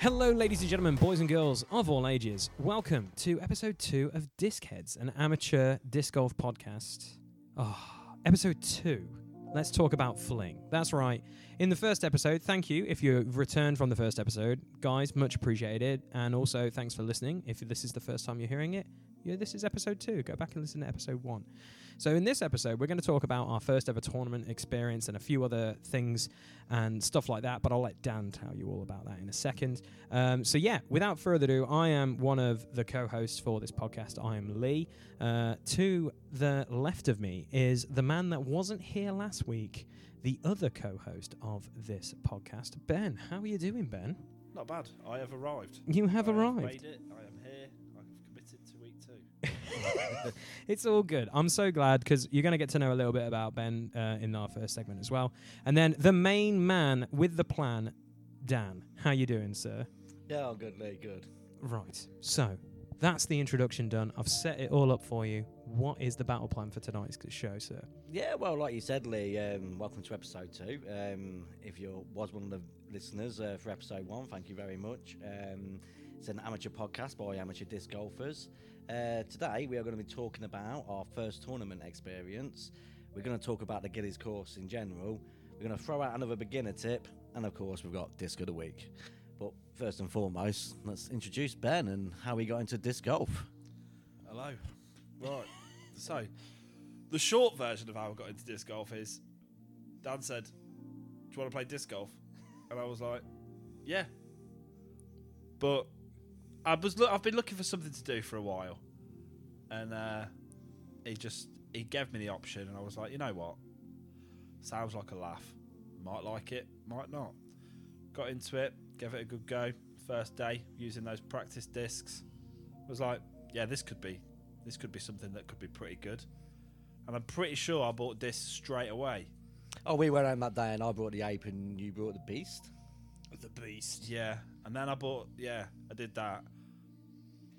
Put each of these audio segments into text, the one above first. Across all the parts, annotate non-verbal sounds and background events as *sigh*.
Hello, ladies and gentlemen, boys and girls of all ages. Welcome to episode two of Discheads, an amateur disc golf podcast. Ah, episode two. Let's talk about fling. That's right. In the first episode, thank you if you returned from the first episode, guys. Much appreciated, and also thanks for listening. If this is the first time you're hearing it, yeah, this is episode two. Go back and listen to episode one. So in this episode, we're going to talk about our first ever tournament experience and a few other things and stuff like that. But I'll let Dan tell you all about that in a second. Um, so yeah, without further ado, I am one of the co-hosts for this podcast. I am Lee. Uh, to the left of me is the man that wasn't here last week, the other co-host of this podcast, Ben. How are you doing, Ben? Not bad. I have arrived. You have I arrived. made it. I am here. I have committed to week two. It's all good. I'm so glad because you're going to get to know a little bit about Ben uh, in our first segment as well. And then the main man with the plan, Dan. How you doing, sir? Yeah, I'm good, Lee. Good. Right. So that's the introduction done. I've set it all up for you. What is the battle plan for tonight's show, sir? Yeah, well, like you said, Lee, um, welcome to episode two. Um, if you was one of the listeners uh, for episode one, thank you very much. Um, it's an amateur podcast by amateur disc golfers. Uh, today, we are going to be talking about our first tournament experience. We're going to talk about the Gillies course in general. We're going to throw out another beginner tip, and of course, we've got disc of the week. But first and foremost, let's introduce Ben and how he got into disc golf. Hello. Right. *laughs* so, the short version of how I got into disc golf is Dan said, Do you want to play disc golf? And I was like, Yeah. But I was look, I've been looking for something to do for a while. And uh, he just he gave me the option and I was like, you know what? Sounds like a laugh. Might like it, might not. Got into it, gave it a good go. First day using those practice discs. Was like, yeah, this could be this could be something that could be pretty good. And I'm pretty sure I bought discs straight away. Oh, we went home that day, and I brought the ape, and you brought the beast. The beast. Yeah. And then I bought yeah, I did that.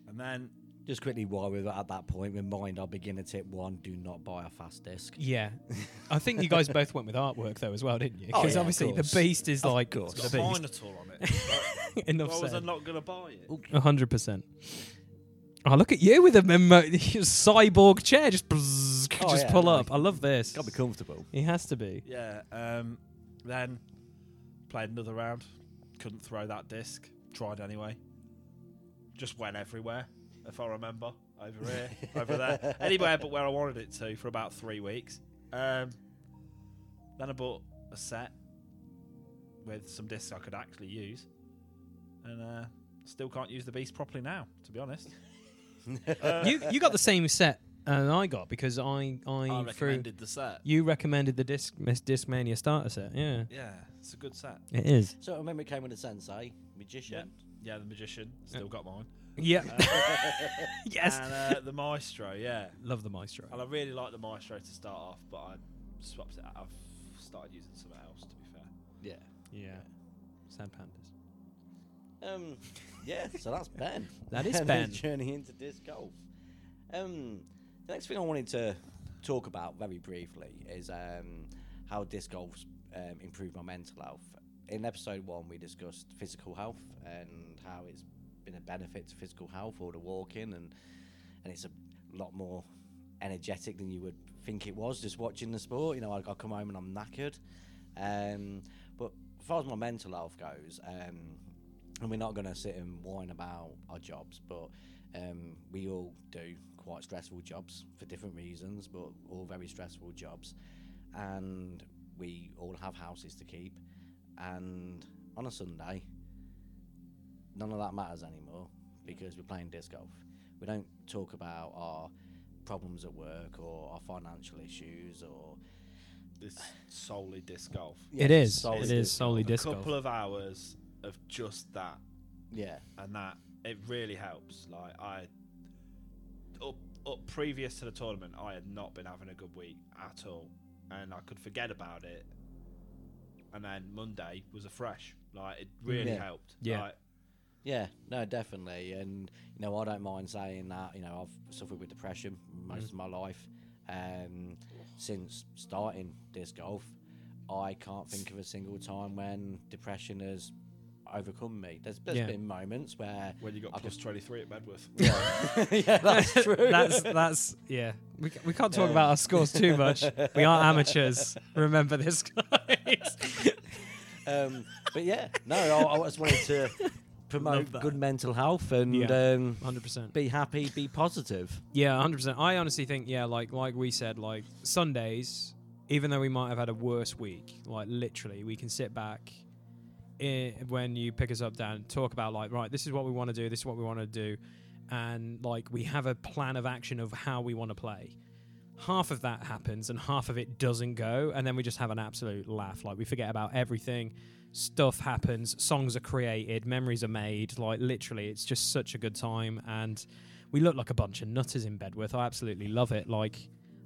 And then Just quickly, while we're at that point, remind our beginner tip one: do not buy a fast disc. Yeah, *laughs* I think you guys *laughs* both went with artwork though as well, didn't you? Oh, Because yeah, of obviously the course. beast is Of like course. it's the got beast. Minotaur on *laughs* it. Why Enough was I said. not gonna buy it? A hundred percent. Oh, look at you with a memo- *laughs* cyborg chair. Just bzzz, Oh, just yeah, pull like- up. I love this. Gotta be comfortable. He has to be. Yeah. Um, then played another round. Couldn't throw that disc. Tried anyway. Just went everywhere, if I remember. Over here, over there, anywhere but where I wanted it to for about three weeks. Um, then I bought a set with some discs I could actually use, and uh, still can't use the beast properly now. To be honest, Uh, You you got the same set and I got because I I, I threw. recommended the set. You recommended the disc Miss Discmania starter set. Yeah, Yeah, it's a good set. it is. *laughs* So I remember it came with a sensei magician. Yeah, the magician still got mine. *laughs* Yeah. yes. And uh, the maestro, yeah. love the maestro. And I really like the maestro to start off, but I swapped it out. I've started using something else, to be fair. Yeah. Yeah. Sad pandas. Um. Yeah. So that's Ben. *laughs* That is *laughs* And his Ben. journey into disc golf. Um. The next thing I wanted to talk about very briefly is um how disc golf's um, improved my mental health. In episode one, we discussed physical health and how it's been a benefit to physical health or the walking and and it's a lot more energetic than you would think it was just watching the sport. You know, I, I come home and I'm knackered. Um, but as far as my mental health goes, um, and we're not going to sit and whine about our jobs, but um, we all do quite stressful jobs for different reasons, but all very stressful jobs. And we all have houses to keep. And on a Sunday, none of that matters anymore because we're playing disc golf. We don't talk about our problems at work or our financial issues or It's solely disc golf. It Yeah, is. solely It disc is solely a disc couple golf. of hours of just that, yeah and that it really helps. Like I, up up previous to the tournament, I had not been having a good week at all, and I could forget about it. And then Monday was a fresh. Like it really Yeah. helped. Yeah. Like, yeah no definitely and you know I don't mind saying that you know I've suffered with depression most Mm. of my life um since starting disc golf I can't think of a single time when depression has overcome me. There's, there's Yeah. been moments where, When you got I plus 23 at Bedworth. *laughs* *laughs* yeah, *laughs* that's true. that's that's yeah. We, ca- we can't talk Yeah. about our scores too much. We *laughs* are amateurs. Remember this, guys. um, but yeah, no, I, I just wanted *laughs* to promote that. good mental health and Yeah. um, *laughs* Hundred percent. be happy, be positive. Yeah, hundred percent. I honestly think yeah, like like we said, like Sundays, even though we might have had a worse week, like literally, we can sit back. i when you pick us up, Dan, talk about like right, this is what we want to do, this is what we want to do, and like we have a plan of action of how we want to play. Half of that happens and half of it doesn't go, and then we just have an absolute laugh. Like we forget about everything. Stuff happens, songs are created, memories are made. Like literally, it's just such a good time, and we look like a bunch of nutters in Bedworth. I absolutely love it. Like,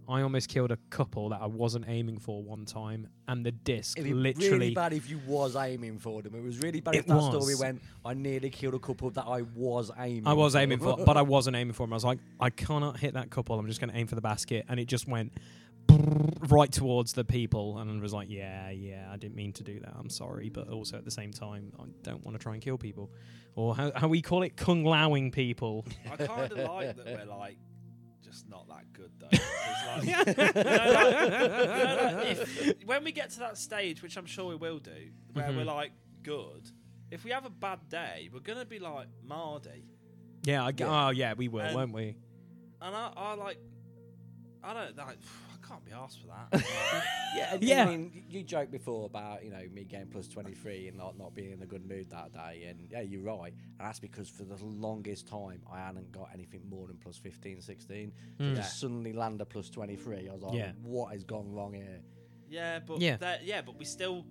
I almost killed a couple that I wasn't aiming for one time, and the disc It'd be literally really bad if you was aiming for them. It was really bad if It that was. story went. I nearly killed a couple that I was aiming. I was aiming *laughs* for, but I wasn't aiming for him. I was like, I cannot hit that couple. I'm just going to aim for the basket, and it just went right towards the people, and I was like, yeah, yeah, I didn't mean to do that. I'm sorry, but also at the same time, I don't want to try and kill people, or how, how we call it, kung laoing people. *laughs* I kind of like that we're like just not that good though. It's like, you know, like- you know, like, if- when we get to that stage, which I'm sure we will do, where we're like good, if we have a bad day, we're gonna be like Mardy, Yeah, I, g- Yeah. oh yeah, we were, And- weren't we? and I, I like, I don't like, *sighs* I can't be asked for that. Yeah, and- Yeah. I mean, you joked before about you know me getting plus twenty three and not not being in a good mood that day, and yeah, you're right. And that's because for the longest time I hadn't got anything more than plus 15, 16. So Mm. to suddenly land a plus twenty three, I was like, Yeah. what has gone wrong here? yeah, but Yeah. that- yeah, but we still.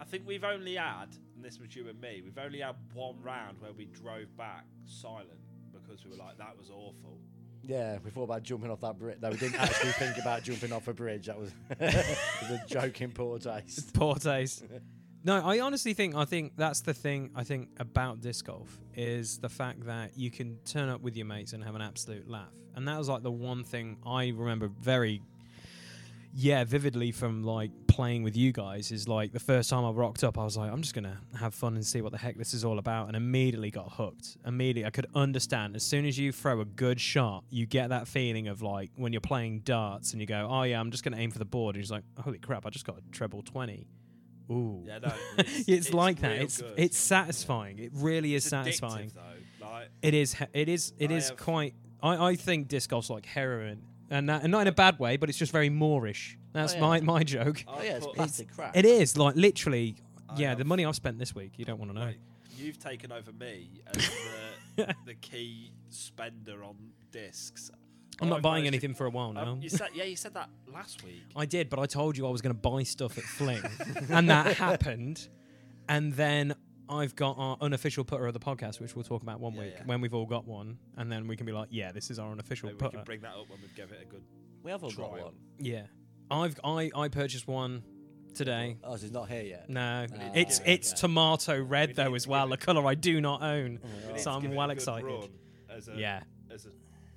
I think we've only had, and this was you and me, we've only had one round where we drove back silent because we were like, that was awful. Yeah, we thought about jumping off that bridge. No, we didn't actually think about jumping off a bridge. That was, *laughs* it was a joke in poor *laughs* taste. Poor taste. No, I honestly think I think that's the thing I think about disc golf is the fact that you can turn up with your mates and have an absolute laugh. And that was like the one thing I remember very yeah, vividly from like playing with you guys is like the first time I rocked up, I was like, I'm just gonna have fun and see what the heck this is all about, and immediately got hooked. Immediately, I could understand as soon as you throw a good shot, you get that feeling of like when you're playing darts and you go, Oh yeah, I'm just gonna aim for the board, and you're just like, Holy crap, I just got a treble twenty. Ooh, Yeah, *laughs* no, it's, it's, like that. real It's good. it's satisfying. It really is It's addictive, satisfying. though. Like, It is. he- It is. It I is have- quite. I, I think disc golf's like heroin, and that, and not in a bad way, but it's just very Moorish. That's Oh, yeah. my my joke. I'll Oh yeah, it's put- plastic crap. It is like literally. I yeah, the have- money I've spent this week, you don't want to know. Wait, you've taken over me as *laughs* the, the key spender on discs. I'm not I've buying managed to- anything for a while now. Um, oh, you said, yeah, you said that last week. *laughs* I did, but I told you I was going to buy stuff at *laughs* Fling, and that happened. And then I've got our unofficial putter of the podcast, which we'll talk about one Yeah, week yeah. when we've all got one, and then we can be like, yeah, this is our unofficial Maybe we putter. can bring that up when we give it a good. We have all got Trial. one. yeah, I've I I purchased one today. Oh, so it's not here yet. No, We need to it's give it a it's go. tomato red We though need as to well, give a it- colour I do not own. we need So to I'm give it a well good excited. run As a, Yeah, as a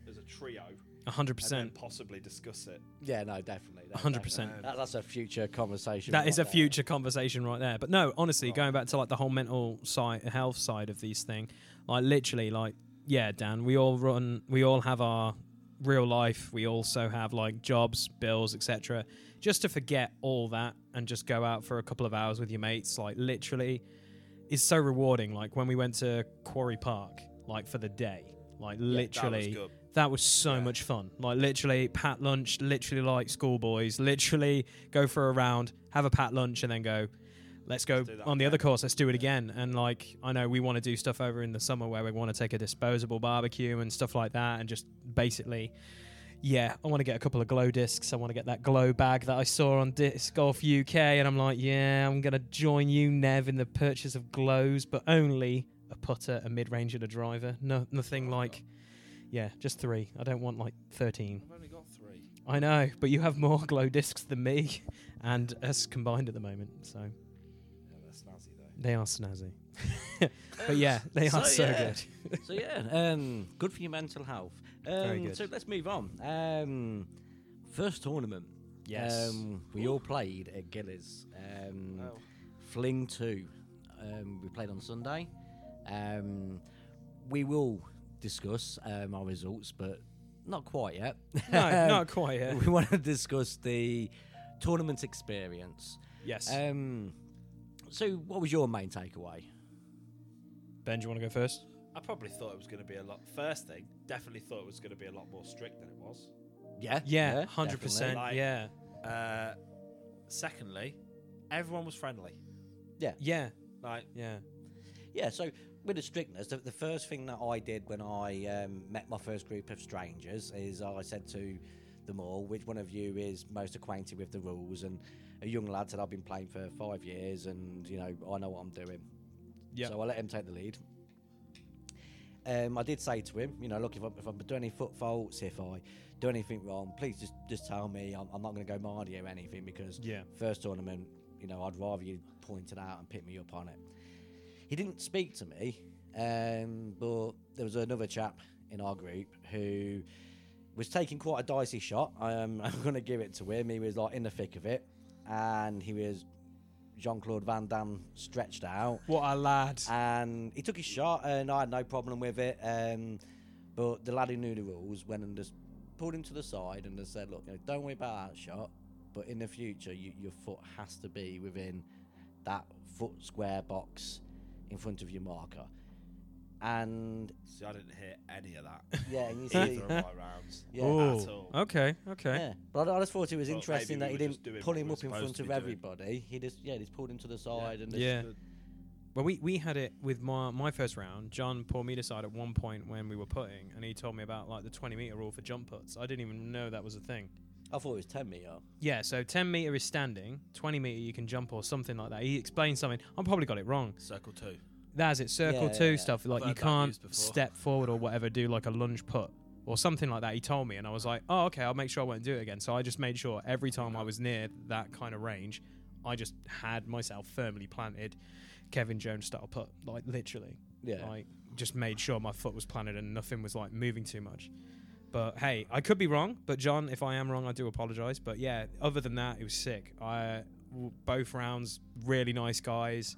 as a trio, hundred and then percent. possibly discuss it. Yeah, no, definitely. that- 100%. definitely. That, that's a future conversation. That right is a there. future conversation right there. But no, honestly, Right. going back to like the whole mental side, health side of these thing, like literally, like yeah, Dan, we all run, we all have our real life. We also have like jobs, bills, etc. Just to forget all that and just go out for a couple of hours with your mates, like literally, is so rewarding. Like when we went to Quarry Park, like for the day, like literally. that was good. That was so Yeah. much fun. Like literally pat lunch, literally like schoolboys, literally go for a round, have a pat lunch, and then go. Let's go do that on the again." other course. Let's do it again. And like I know we want to do stuff over in the summer where we want to take a disposable barbecue and stuff like that, and just basically, yeah, I want to get a couple of glow discs. I want to get that glow bag that I saw on Disc Golf UK, and I'm like, yeah, I'm gonna join you, Nev, in the purchase of glows, but only a putter, a mid range, and a driver. No, nothing like yeah, just three. I don't want like 13. I've only got three. I know, but you have more *laughs* glow discs than me *laughs* and us combined at the moment, so Yeah, that's snazzy though. they are snazzy. *laughs* but yeah, they are *laughs* so, So, yeah. good. so yeah, um, good for your mental health. Um, Very good. So let's move on. Um, first tournament. Yes. Mm. Um, we all played at Gillies. Um, Fling two. um, we played on Sunday. Um, we will discuss um, our results, but not quite yet. *laughs* No, *laughs* not quite yet. We want to discuss the tournament experience. Yes. Um, so, what was your main takeaway? ben, do you want to go first? I probably thought it was going to be a lot. First thing, definitely thought it was going to be a lot more strict than it was. Yeah, Yeah, hundred percent. definitely. Like- Yeah, Uh, secondly, everyone was friendly. yeah, Like, yeah. Yeah, so with the strictness, the, the first thing that I did when I um, met my first group of strangers is I said to them all, which one of you is most acquainted with the rules? And a young lad said, I've been playing for five years and, you know, I know what I'm doing. Yeah. So uh, I let him take the lead. Um, I did say to him, you know, look, if I'm, if I'm doing any foot faults, if I do anything wrong, please just, just tell me. I'm, I'm not going to go Mardy or anything because Yeah. first tournament, you know, I'd rather you point it out and pick me up on it. He didn't speak to me, um, but there was another chap in our group who was taking quite a dicey shot. Um, *laughs* I'm going to give it to him. He was like in the thick of it, and he was Jean Claude Van Damme stretched out What a lad. uh, and he took his shot, and I had no problem with it. Um, but the lad who knew the rules went and just pulled him to the side and just said, "Look, you know, don't worry about that shot, but in the future, you, your foot has to be within that foot square box in front of your marker." And see, I didn't hear any of that. *laughs* yeah, and you *laughs* see, Either of my rounds. *laughs* yeah, Ooh, at all. Okay. Okay. yeah. But I, I just thought it was Well, interesting that maybe he we were just didn't doing pull what him we were up in supposed front to of be doing. everybody. He just yeah, just pulled him to the side and just, Yeah. Well, we, we had it with my my first round. John pulled me aside at one point when we were putting, and he told me about like the 20 meter rule for jump puts. I didn't even know that was a thing. I thought it was ten meter. Yeah. So 10 meter is standing, 20 meter you can jump or something like that. He explained something. I probably got it wrong. Circle two. That's it. Circle Yeah, two yeah, yeah. stuff. Like heard you that can't used before. step forward or whatever. Do like a lunge put or something like that. He told me, and I was like, "Oh, okay. I'll make sure I won't do it again." So I just made sure every time I was near that kind of range, I just had myself firmly planted, Kevin Jones style put, like literally. Yeah. Like just made sure my foot was planted and nothing was like moving too much. But hey, I could be wrong. But John, if I am wrong, I do apologize. But yeah, other than that, it was sick. I w- both rounds, really nice guys.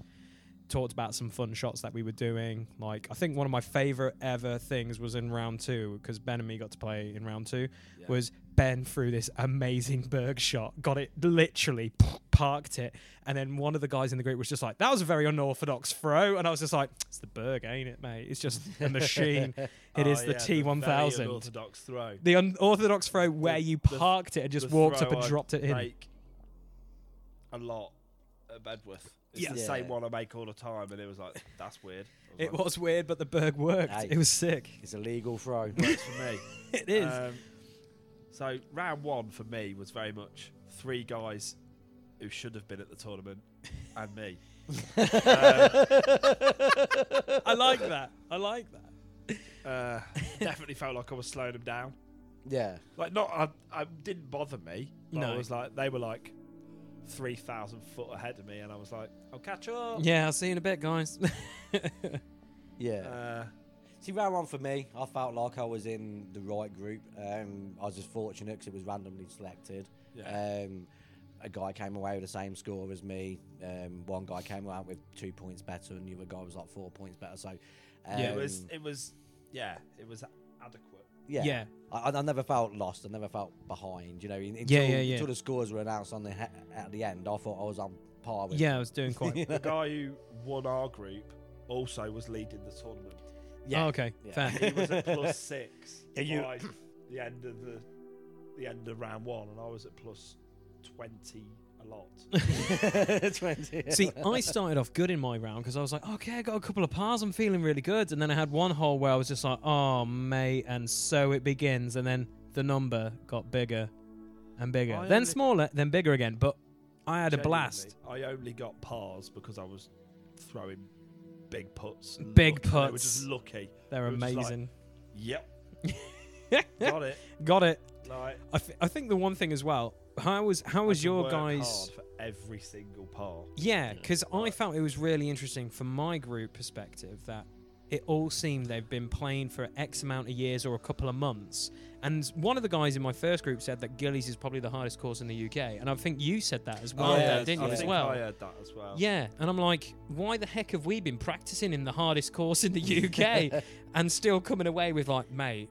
Talked about some fun shots that we were doing. Like I think one of my favorite ever things was in round two because Ben and me got to play in round two. Was Ben threw this amazing berg shot, got it literally parked it, and then one of the guys in the group was just like, "That was a very unorthodox throw," and I was just like, "It's the berg, ain't it, mate? It's just a *laughs* machine. It Oh, is the T one thousand Orthodox throw. the unorthodox throw where you the- parked it and just the walked up throw and I dropped it in. Make a lot at Bedworth. It's Yeah. the same Yeah. one I make all the time, and it was like, that's weird. I It like, was weird, but the berg worked. Hey. It was sick. *laughs* It's a legal throw. *laughs* works for me. It is. Um, so round one for me was very much three guys who should have been at the tournament and me. I like that. I like that. *laughs* Uh, definitely felt like I was slowing them down. yeah. Like not, I, I didn't bother me. But No. I was like they were like three thousand foot ahead of me, and I was like, I'll catch up. Yeah, I'll see you in a bit, guys. *laughs* Yeah. Uh, See, round one for me, I felt like I was in the right group. Um, I was just fortunate because it was randomly selected. Yeah. Um, a guy came away with the same score as me. Um, one guy came out with two points better, and the other guy was like four points better. So, um, Yeah. it was, it was, yeah, it was adequate. yeah. Yeah. I, I- I never felt lost. I never felt behind. You know, in- until, Yeah, yeah, yeah. until the scores were announced on the he- at the end, I thought I was on par with. yeah, *laughs* I was doing quite. *laughs* You The know? guy who won our group also was leading the tournament. Yeah. Oh, okay, Yeah. fair. *laughs* He was at *laughs* plus six Yeah, you- by the end of the the end of round one, and I was at plus twenty a lot. 20. *laughs* See, I started off good in my round because I was like, okay, I got a couple of pars, I'm feeling really good. And then I had one hole where I was just like, oh, mate, and so it begins. And then the number got bigger and bigger, I then only- smaller, then bigger again. But I had a blast. Genuinely, I only got pars because I was throwing big puts. and Big lucky- They were putts. just lucky. They're It was just like- amazing. *laughs* Yep. Got it. Got it. Like I, th- I think the one thing as well. How was how was I can your work guys? hard for every single par? Yeah, because I Right. felt it was really interesting from my group perspective that it all seemed they've been playing for X amount of years or a couple of months. And one of the guys in my first group said that Gillies is probably the hardest course in the UK. And I think you said that as well, Oh, yeah, there, I didn't you, I as think well? I heard that as well. Yeah, and I'm like, why the heck have we been practicing in the hardest course *laughs* in the UK and still coming away with like, mate,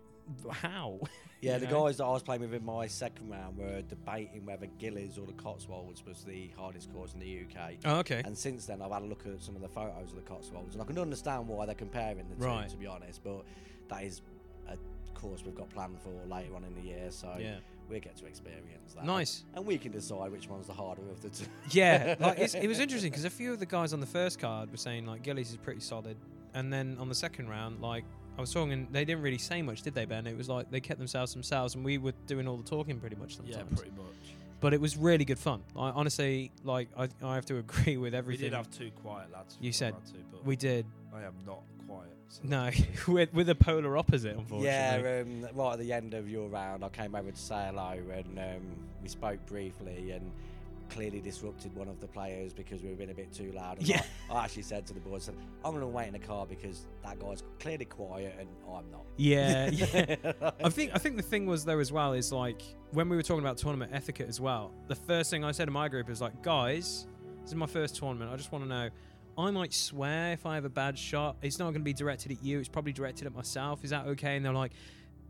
how? *laughs* Yeah, You the know? guys that I was playing with in my second round were debating whether Gillies or the Cotswolds was the hardest course in the UK. Oh, okay. And since then, I've had a look at some of the photos of the Cotswolds, and I can understand why they're comparing the two, Right. to be honest. But that is a course we've got planned for later on in the year, so Yeah. we'll get to experience that. Nice. And we can decide which one's the harder of the two. *laughs* Yeah, *laughs* like it's, it was interesting because a few of the guys on the first card were saying like Gillies is pretty solid, and then on the second round, like I was talking, and they didn't really say much, did they, Ben? It was like they kept themselves themselves, and we were doing all the talking pretty much sometimes. yeah, pretty much. But it was really good fun. I honestly, like, I, I have to *laughs* agree with everything We did have two quiet lads. You said two, but we did. I am not quiet. So No, *laughs* that's good. we're, we're the polar opposite, unfortunately. Yeah, um, right at the end of your round, I came over to say hello and um, we spoke briefly and clearly disrupted one of the players because we were being a bit too loud. And Yeah. *laughs* I, I actually said to the boys, I said, I'm going to wait in the car because that guy's clearly quiet and I'm not. *laughs* Yeah, yeah. I *laughs* think I think the thing was though as well is like when we were talking about tournament etiquette as well. The first thing I said to my group is like, guys, this is my first tournament. I just want to know. I might swear if I have a bad shot, it's not going to be directed at you. It's probably directed at myself. Is that okay? And they're like,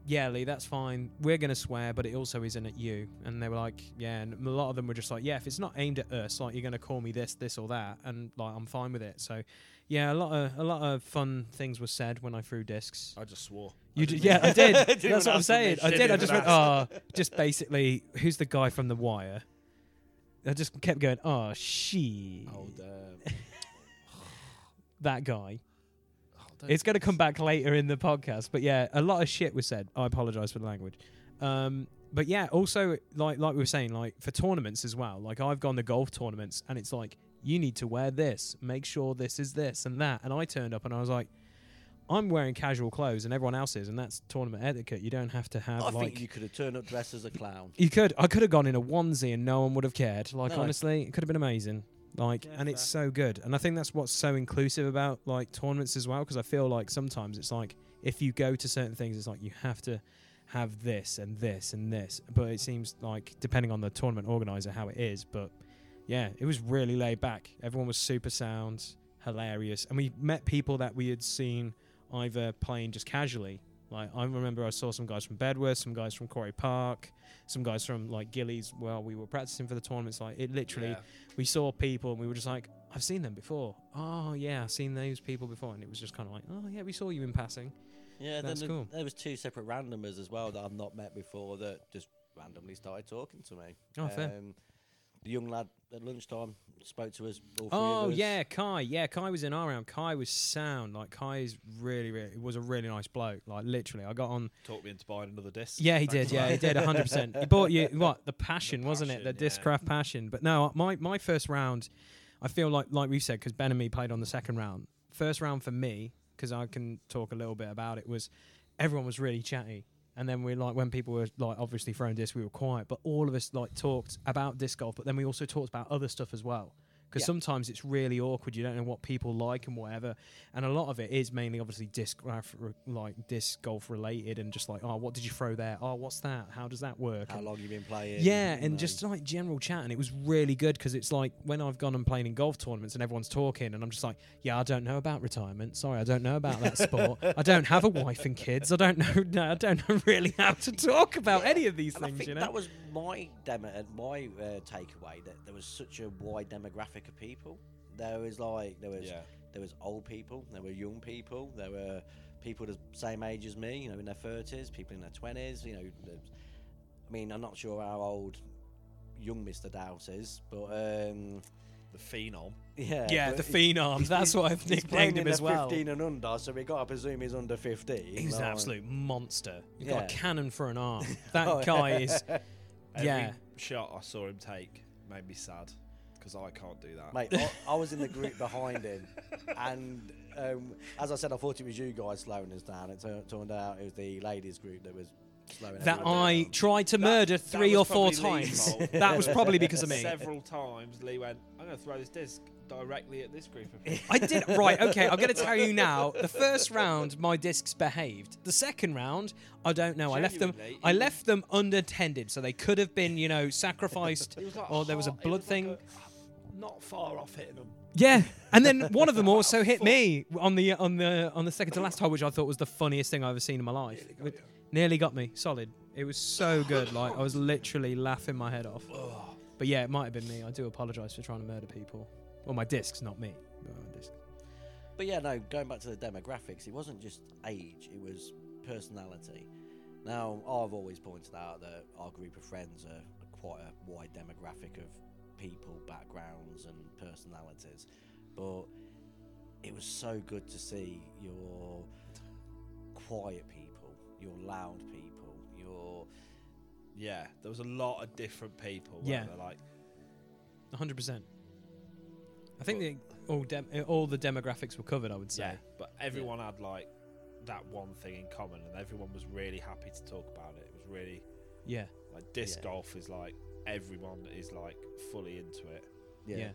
Yeah, Lee, that's fine. We're going to swear, but it also isn't at you. And they were like, Yeah. And a lot of them were just like, Yeah, if it's not aimed at us, like you're going to call me this, this, or that, and like I'm fine with it. So, yeah, a lot of a lot of fun things were said when I threw discs. I just swore. I You did, didn't yeah, even- *laughs* I did. Didn't even That's what I'm ask them, saying. did I you? did. I Didn't just even went, ah, just basically, who's the guy from The Wire? I just kept going, oh, she, Oh um, damn. that guy. Oh, don't It's going to do come this. back later in the podcast, but yeah, a lot of shit was said. I apologize for the language. Um, but yeah, also like like we were saying, like for tournaments as well. Like I've gone to golf tournaments, and it's like you need to wear this, make sure this is this and that. And I turned up, and I was like. I'm wearing casual clothes and everyone else is, and that's tournament etiquette. You don't have to have I like think you could have turned up dressed as a clown. You could. I could have gone in a onesie and no one would have cared. Like No. honestly, it could have been amazing. Like, Yeah, and it's so good. And I think that's what's so inclusive about like tournaments as well, because I feel like sometimes it's like if you go to certain things, it's like you have to have this and this and this. But it seems like depending on the tournament organizer how it is. But yeah, it was really laid back. Everyone was super sound, hilarious, and we met people that we had seen either playing just casually. Like I remember, I saw some guys from Bedworth, some guys from Quarry Park, some guys from like Gillies. While we were practicing for the tournaments, like it literally, Yeah. we saw people and we were just like, "I've seen them before." Oh yeah, I've seen those people before, and it was just kind of like, "Oh yeah, we saw you in passing." Yeah, That's then cool. there was two separate randomers as well that I've not met before that just randomly started talking to me. Um, Oh, fair. The young lad at lunchtime spoke to us. All three Oh of us. yeah, Kai. Yeah, Kai was in our round. Kai was sound. Like Kai is really, really was a really nice bloke. Like literally, I got on. Talked me into buying another disc. Yeah, he did. Thanks, Yeah, he mate. did. hundred percent. He bought you what the passion, wasn't it? The passion, yeah. discraft passion. But no, my my first round, I feel like like we've said because Ben and me played on the second round. First round for me because I can talk a little bit about it was everyone was really chatty. And then we like when people were like obviously throwing disc, we were quiet, but all of us like talked about disc golf, but then we also talked about other stuff as well. Because Yeah. sometimes it's really awkward. You don't know what people like and whatever. And a lot of it is mainly obviously disc graph- like disc golf related and just like, oh, what did you throw there? Oh, what's that? How does that work? How And- long you been playing? yeah, you and know. just like general chat, and it was really good because it's like when I've gone and played in golf tournaments and everyone's talking, and I'm just like, yeah, I don't know about retirement. Sorry, I don't know about that sport. I don't have a wife and kids. I don't know. No, I don't know really how to talk about any of these And I things. think You know? that was my demo, uh, my uh, takeaway that there was such a wide demographic of people. There was like there was Yeah. there was old people, there were young people, there were people the same age as me, you know, in their thirties, people in their twenties. You know, the- I mean, I'm not sure how old young Mister Dowse is, but um, *laughs* The phenom. yeah, yeah, but the he- phenoms. he's- That's what I've *laughs* he's playing nicknamed him in as the well. Fifteen and under, so we got to presume he's under fifteen. He's an like- absolute monster. He's got a Yeah. cannon for an *laughs* arm. That Oh, guy is. Every Yeah. shot I saw him take made me sad because I can't do that. Mate, I, I was in the group behind him, and um, as I said, I thought it was you guys slowing us down. It tur- turned out it was the ladies' group that was slowing that everyone I down. tried to That- murder that three or was four probably Lee's times. fault. that was *laughs* probably because of me. Several times Lee went, I'm going to throw this disc directly at this group *laughs* of people. I did right. Okay, I'm going to tell you now. The first round, my discs behaved. The second round, I don't know. I left them. Genuinely, I he was- left them unattended, so they could have been, you know, sacrificed, *laughs* It was like or there was a hard- it blood like thing. a- not far off hitting them. Yeah, and then one of *laughs* them also hit me on the on the on the second to last hole, which I thought was the funniest thing I've ever seen in my life. Nearly got, me, solid. It was so good, like I was literally laughing my head off. But yeah, it might have been me. I do apologise for trying to murder people. Well, my discs, not me. but my discs. But yeah, no, going back to the demographics, it wasn't just age, it was personality. Now, I've always pointed out that our group of friends are quite a wide demographic of people, backgrounds, and personalities. But it was so good to see your quiet people, your loud people, your. Yeah, there was a lot of different people. Yeah. Yeah, like hundred percent. I think the, all dem- uh, all the demographics were covered. I would say. yeah, but everyone had like that one thing in common, and everyone was really happy to talk about it. It was really Yeah. like disc Yeah. golf is like everyone is like fully into it. Yeah.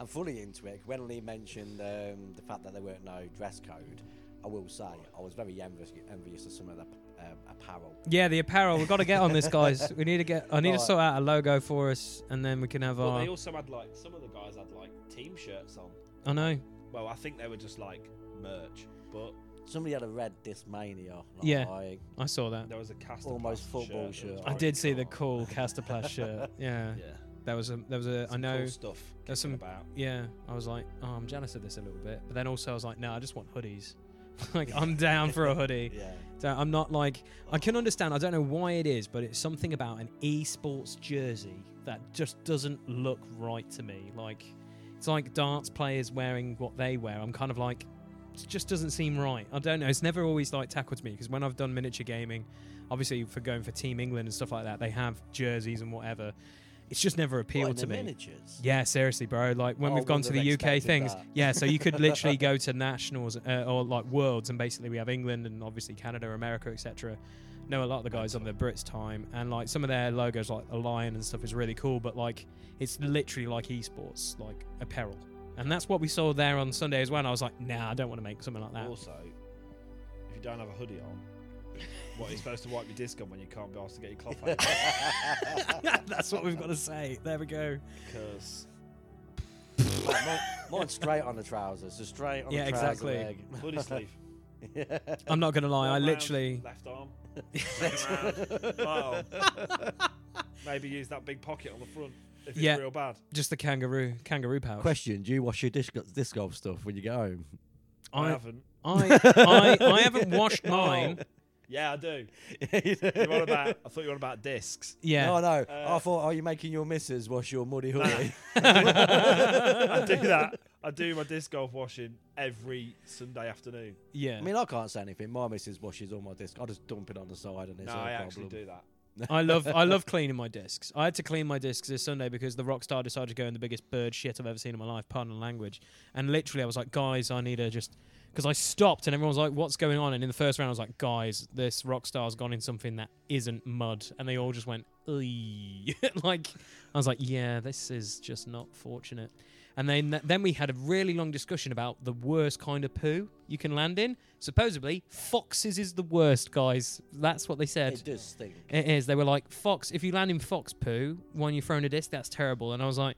I'm fully into it. When Lee mentioned um, the fact that there weren't no dress code, I will say I was very envious, envious of some of the um, apparel. Yeah, the apparel. We've got to get on this, *laughs* guys. We need to get. I need to Right. sort out a logo for us, and then we can have But our. they also had like some of the guys had like team shirts on. I know. Well, I think they were just like merch, but Somebody had a red Discmania. Not Yeah. lying. I saw that. there was a cast Almost football shirt. that was shirt. I did see the orange *laughs* cool Casterplast shirt. Yeah, on. Yeah, that was a. That was a. I Some know. cool stuff. there's kicking some- about. Yeah, I was like, oh, I'm jealous of this a little bit, but then also I was like, no, I just want hoodies. *laughs* like I'm down for a hoodie. Yeah. So I'm not like I can understand. I don't know why it is, but it's something about an esports jersey that just doesn't look right to me. Like it's like darts players wearing what they wear. I'm kind of like it just doesn't seem right. I don't know. It's never always like tackled me because when I've done miniature gaming, obviously for going for Team England and stuff like that, they have jerseys and whatever. It's just never appealed What, in to the me. Miniatures. *laughs* Yeah, seriously, bro. Like when I we've gone to wouldn't have the UK Oh, expected things, that. yeah. So you could literally *laughs* go to nationals uh, or like worlds, and basically we have England and obviously Canada, America, etc. Know a lot of the guys on the Brits time, and like some of their logos, like a lion and stuff, is really cool. But like it's literally like esports, like apparel, and that's what we saw there on Sunday as well. And I was like, nah, I don't want to make something like that. Also, if you don't have a hoodie on, what are you supposed to wipe your disc on when you can't be asked to get your cloth out? *laughs* that's what we've got to say. There we go. Because Like, mine- mine's straight on the trousers. So straight on Yeah, the trouser exactly. leg. hoodie sleeve. I'm not gonna lie. *laughs* I One round, literally. left arm. second round, right arm. *laughs* Maybe use that big pocket on the front if Yeah. it's real bad. Just the kangaroo, kangaroo pouch. Question: Do you wash your disc, disc golf stuff when you get home? I, I, haven't. *laughs* I, I, I haven't washed Oh. mine. Yeah, I do. no, You want about? I thought you were on about discs. *laughs* Yeah. no. Uh, I thought, are you making your missus wash your *laughs* muddy hoodie? I do that. I do my disc golf washing every Sunday afternoon. *laughs* *laughs* yeah. I mean, I can't say anything. My missus washes all my disc. I just dump it on the side, and it's no, no I actually problem. do that. I love I love cleaning my discs. I had to clean my discs this Sunday because the Rockstar decided to go in the biggest bird shit I've ever seen in my life, pardon the language. And literally, I was like, guys, I need to just because I stopped and everyone was like, what's going on? And in the first round, I was like, guys, this Rockstar's gone in something that isn't mud, and they all just went, "Eee." *laughs* like I was like, yeah, this is just not fortunate. And then then we had a really long discussion about the worst kind of poo you can land in. Supposedly, foxes is the worst, guys. That's what they said. It does stink. It is. They were like, Fox, if you land in Fox poo when you're throwing a disc, that's terrible. And I was like,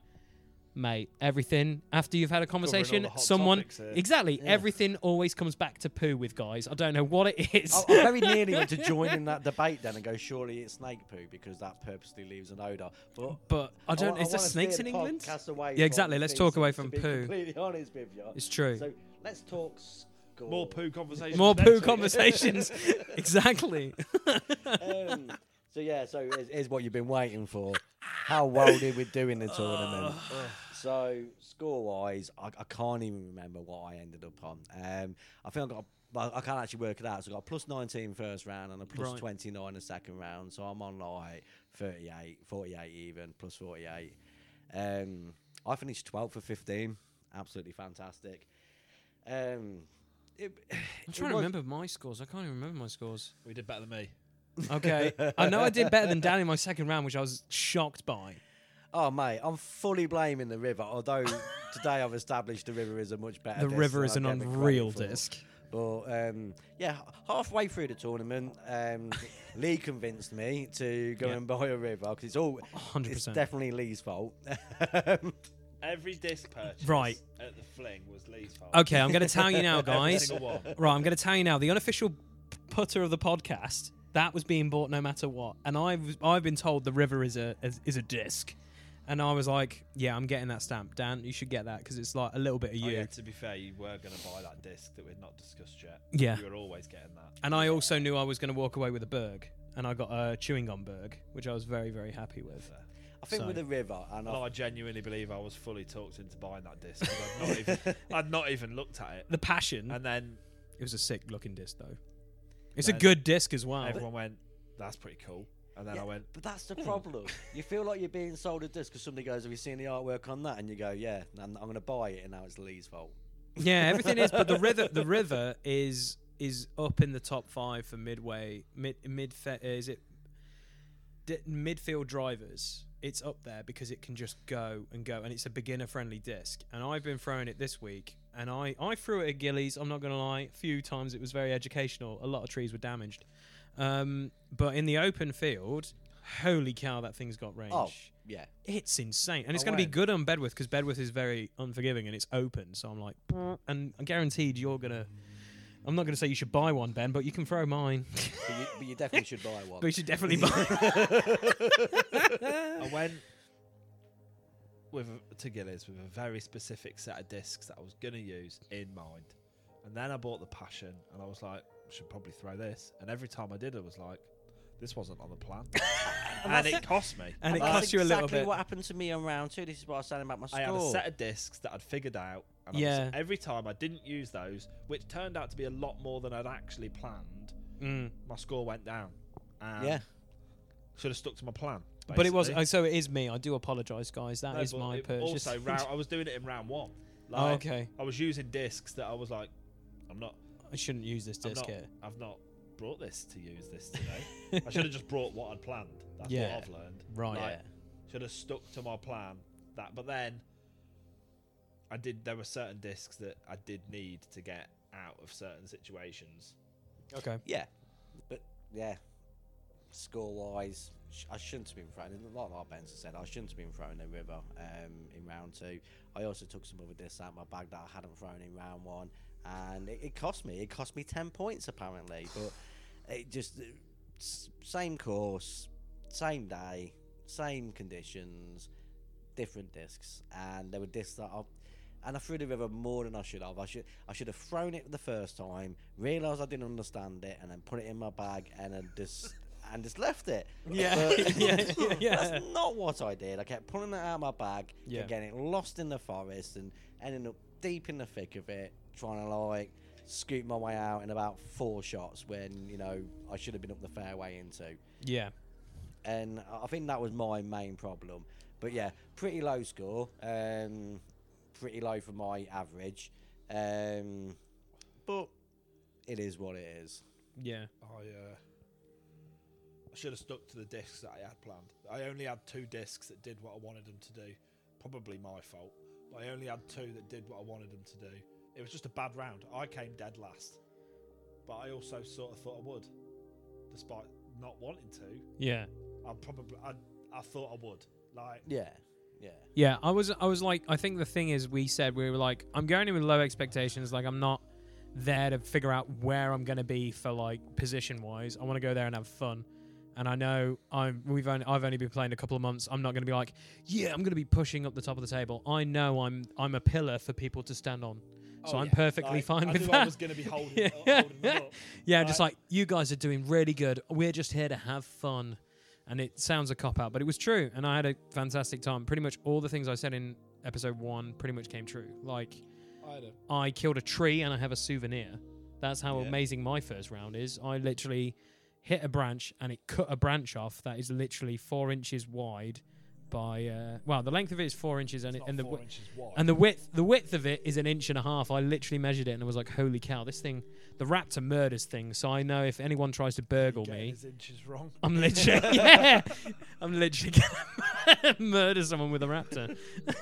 mate, everything, after you've had a all conversation, the hot someone. topics here. Exactly. Yeah. Everything always comes back to poo with guys. I don't know what it is. I, I very nearly went to join in that debate then and go, surely it's snake poo because that purposely leaves an odour. But *laughs* but I don't. wa- is there wanna snakes steer in the England? podcast away Yeah, from exactly. Let's feces, talk away to from be poo. Completely honest with you. It's true. So let's talk score. More poo *laughs* conversations. More next poo week. conversations. exactly. *laughs* Um, so yeah, so is, is what you've been waiting for. How well did we do in the tournament? so score-wise, I, I can't even remember what I ended up on. Um, I think I got. Well, I can't actually work it out. So I got a plus 19 first round and a plus Right. 29 the second round. So I'm on like 38, 48 even, plus 48. Um, I finished 12 for 15. Absolutely fantastic. Um, it, I'm trying it *sighs* to was- remember my scores. I can't even remember my scores. We did better than me. Okay. I know I did better than Dan in my second round, which I was shocked by. Oh, mate, I'm fully blaming the river. Although today I've established the river is a much better. The disc river than is I an gave it credit unreal for. disc. But um, yeah, h- halfway through the tournament, *laughs* um, Lee convinced me to go Yeah. and buy a river because it's all. It's 100%. definitely Lee's fault. *laughs* Um, Every disc purchase Right. at the fling was Lee's fault. okay, I'm going to tell you now, Every guys. single one. right, I'm going to tell you now. The unofficial p- putter of the podcast that was being bought no matter what, and I've I've been told the river is a is, is a disc, and I was like, yeah, I'm getting that stamp, Dan. You should get that because it's like a little bit of Oh, you. yeah, to be fair, you were going to buy that disc that we'd not discussed yet. Yeah. You were always getting that. And I also knew I was going to walk away with a burg, and I got a chewing gum burg, which I was very very happy with. Fair. I think with So- the river, and No, I I genuinely believe I was fully talked into buying that disc. 'cause I'd, not even, *laughs* I'd not even looked at it. The passion. And then it was a sick looking disc though. It's a Then- good disc as well. everyone went, that's pretty cool. And then Yeah, I went, But that's hmm. the problem. you feel like you're being sold a disc because somebody goes, "Have you seen the artwork on that?" And you go, "Yeah." And I'm, going to buy it, and now it's Lee's fault. Yeah, everything is. But the river, the river is is up in the top five for midway mid mid. fe- uh, Is it di midfield drivers? It's up there because it can just go and go, and it's a beginner friendly disc. And I've been throwing it this week, and I I threw it at Gillies. I'm not gonna lie, a few times it was very educational. A lot of trees were damaged, um, but in the open field, holy cow, that thing's got range. Oh, yeah. It's insane, Oh, and it's I going to be went. good on Bedworth because Bedworth is very unforgiving and it's open. So I'm like, Mm. "Brr," and I'm guaranteed you're gonna. I'm not going to say you should buy one, Ben, but you can throw mine. *laughs* But you, but you definitely should buy but you one. should definitely *laughs* buy. I went with a- to Gillies with a very specific set of discs that I was going to use in mind. And then I bought the Passion and I was like, should probably throw this. And every time I did, I was like, this wasn't on the *laughs* plan. and it cost me. and it That's costs you a little exactly bit. what happened to me on round two. This is what I was saying about my score. I had a set of discs that I'd figured out. And I was- Yeah. every time I didn't use those, which turned out to be a lot more than I'd actually planned, Mm. my score went down. And yeah. Should have stuck to my plan. But it was basically. uh, so. It is me. I do apologise, guys. That No, is but my it purchase. *laughs* Also, round, I was doing it in round one. Like, oh, okay, I was using discs that I was like, I'm not, I shouldn't use this I'm disc not here. I've not brought this to use this today. I should have just brought what I'd planned. That's Yeah. what I've learned. Right. Like, Should have stuck to my plan. That, but then I did. There were certain discs that I did need to get out of certain situations. Okay. Yeah. But yeah, score wise, sh- I shouldn't have been throwing. Like like Benson said, I shouldn't have been throwing the river um, in round two. I also took some other discs out of my bag that I hadn't thrown in round one, and it, it cost me. It cost me ten points apparently. But it just uh, s- same course, same day, same conditions, different discs, and there were discs that I. And I threw the river more than I should have. I should I should have thrown it the first time, realised I didn't understand it, and then put it in my bag and then just and just left it. Yeah. But *laughs* Yeah, yeah, yeah. That's not what I did. I kept pulling it out of my bag, Yeah. and getting it lost in the forest, and ending up deep in the thick of it, trying to like scoop my way out in about four shots when you know I should have been up the fairway into Yeah. and I- I think that was my main problem. But yeah, pretty low score, um, pretty low for my average, um, but it is what it is. Yeah. I uh, I should have stuck to the discs that I had planned. I only had two discs that did what I wanted them to do. Probably my fault. But I only had two that did what I wanted them to do. It was just a bad round. I came dead last, but I also sort of thought I would, despite not wanting to. Yeah. I probably I I thought I would. Like Yeah, yeah, Yeah, I was I was like I think the thing is we said we were like I'm going in with low expectations like I'm not there to figure out where I'm going to be for like position wise. I want to go there and have fun. And I know I'm we've only I've only been playing a couple of months. I'm not going to be like, yeah, I'm going to be pushing up the top of the table. I know I'm I'm a pillar for people to stand on. So oh I'm yeah, perfectly like, fine I with knew that. I was going *laughs* to be holding, Yeah. uh, holding them up. Yeah, just like you guys are doing really good. We're just here to have fun. And it sounds a cop out, but it was true. And I had a fantastic time. Pretty much all the things I said in episode one pretty much came true. Like, I had a I killed a tree and I have a souvenir. That's how Yeah. amazing my first round is. I literally hit a branch and it cut a branch off that is literally four inches wide by uh, well, the length of it is four inches, and it, It's and not the four wi- inches wide. and the width the width of it is an inch and a half. I literally measured it and I was like, holy cow, this thing, the raptor murders things. So I know if anyone tries to burgle Getting me, his inches wrong. I'm literally *laughs* yeah, I'm literally gonna *laughs* murder someone with a raptor. *laughs*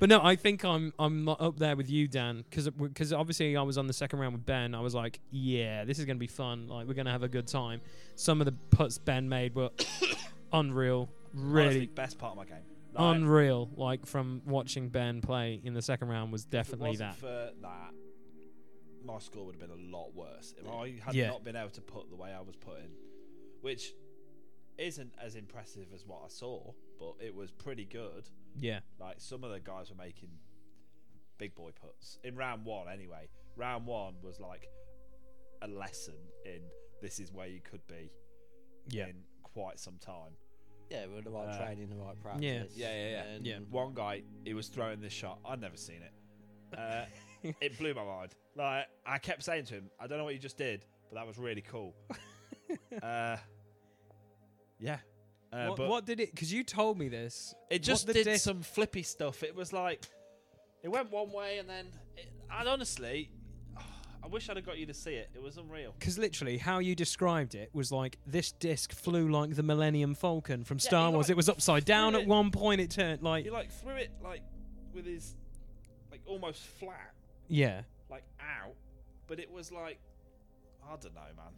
but no, I think I'm I'm not up there with you, Dan, because because obviously I was on the second round with Ben. I was like, yeah, this is gonna be fun. Like we're gonna have a good time. Some of the puts Ben made were *coughs* unreal, really Um, Honestly, best part of my game. Like, unreal. Like from watching Ben play in the second round was if it definitely that. wasn't For that, my score would have been a lot worse if I had Yeah. not been able to put the way I was putting, which isn't as impressive as what I saw, but it was pretty good. Yeah, Like some of the guys were making big boy puts in round one. Anyway, round one was like a lesson in this is where you could be in quite some time. Yeah, we're the right Uh, training, the right practice. Yeah, yeah, yeah. and Yeah. One guy, he was throwing this shot. I'd never seen it. Uh, it blew my mind. Like I kept saying to him, "I don't know what you just did, but that was *laughs* really cool." uh, yeah, uh, what, but what did it? Because you told me this. it just what the did dis- some flippy stuff. It was like it went one way and then, it, and honestly, *sighs* I wish I'd have got you to see it. It was unreal. Because literally, how you described it was like this disc flew like the Millennium Falcon from Yeah, Star he, Wars. like, it was upside down threw at it. one point. It turned He like like threw it like with his like almost flat. yeah, like out, but it was like I don't know, man.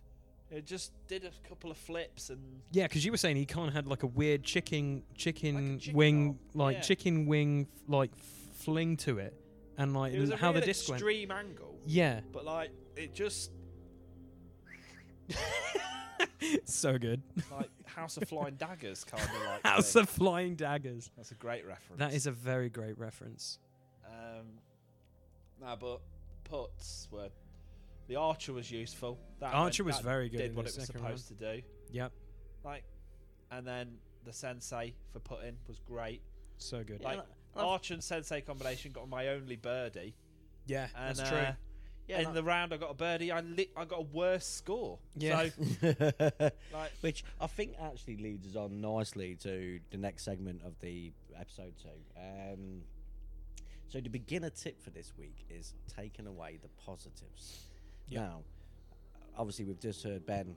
It just did a couple of flips and yeah. Because you were saying he kind of had like a weird chicken chicken, Like a chicken wing arm, like yeah. chicken wing like fling to it, and like it was a how real the disc went. extreme angle, Yeah, *laughs* but like it just so good. *laughs* like House of Flying Daggers kind of like House thing. of Flying Daggers. That's a great reference. That is a very great reference. um, nah, but putts were the archer was useful. That went- Archer was that very good in Did what the it was second supposed round. to do, Yep, like, and then the sensei for putting was great. so good. Like and archer and sensei combination got my only birdie. Yeah, And, that's true. uh, yeah, in the round I got a birdie. I li- I got a worse score. Yeah. *laughs* So, the like, *laughs* which I think actually leads us on nicely to the next segment of the episode two. Um, so the beginner tip for this week is taking away the positives. Yeah. Now, obviously, we've just heard Ben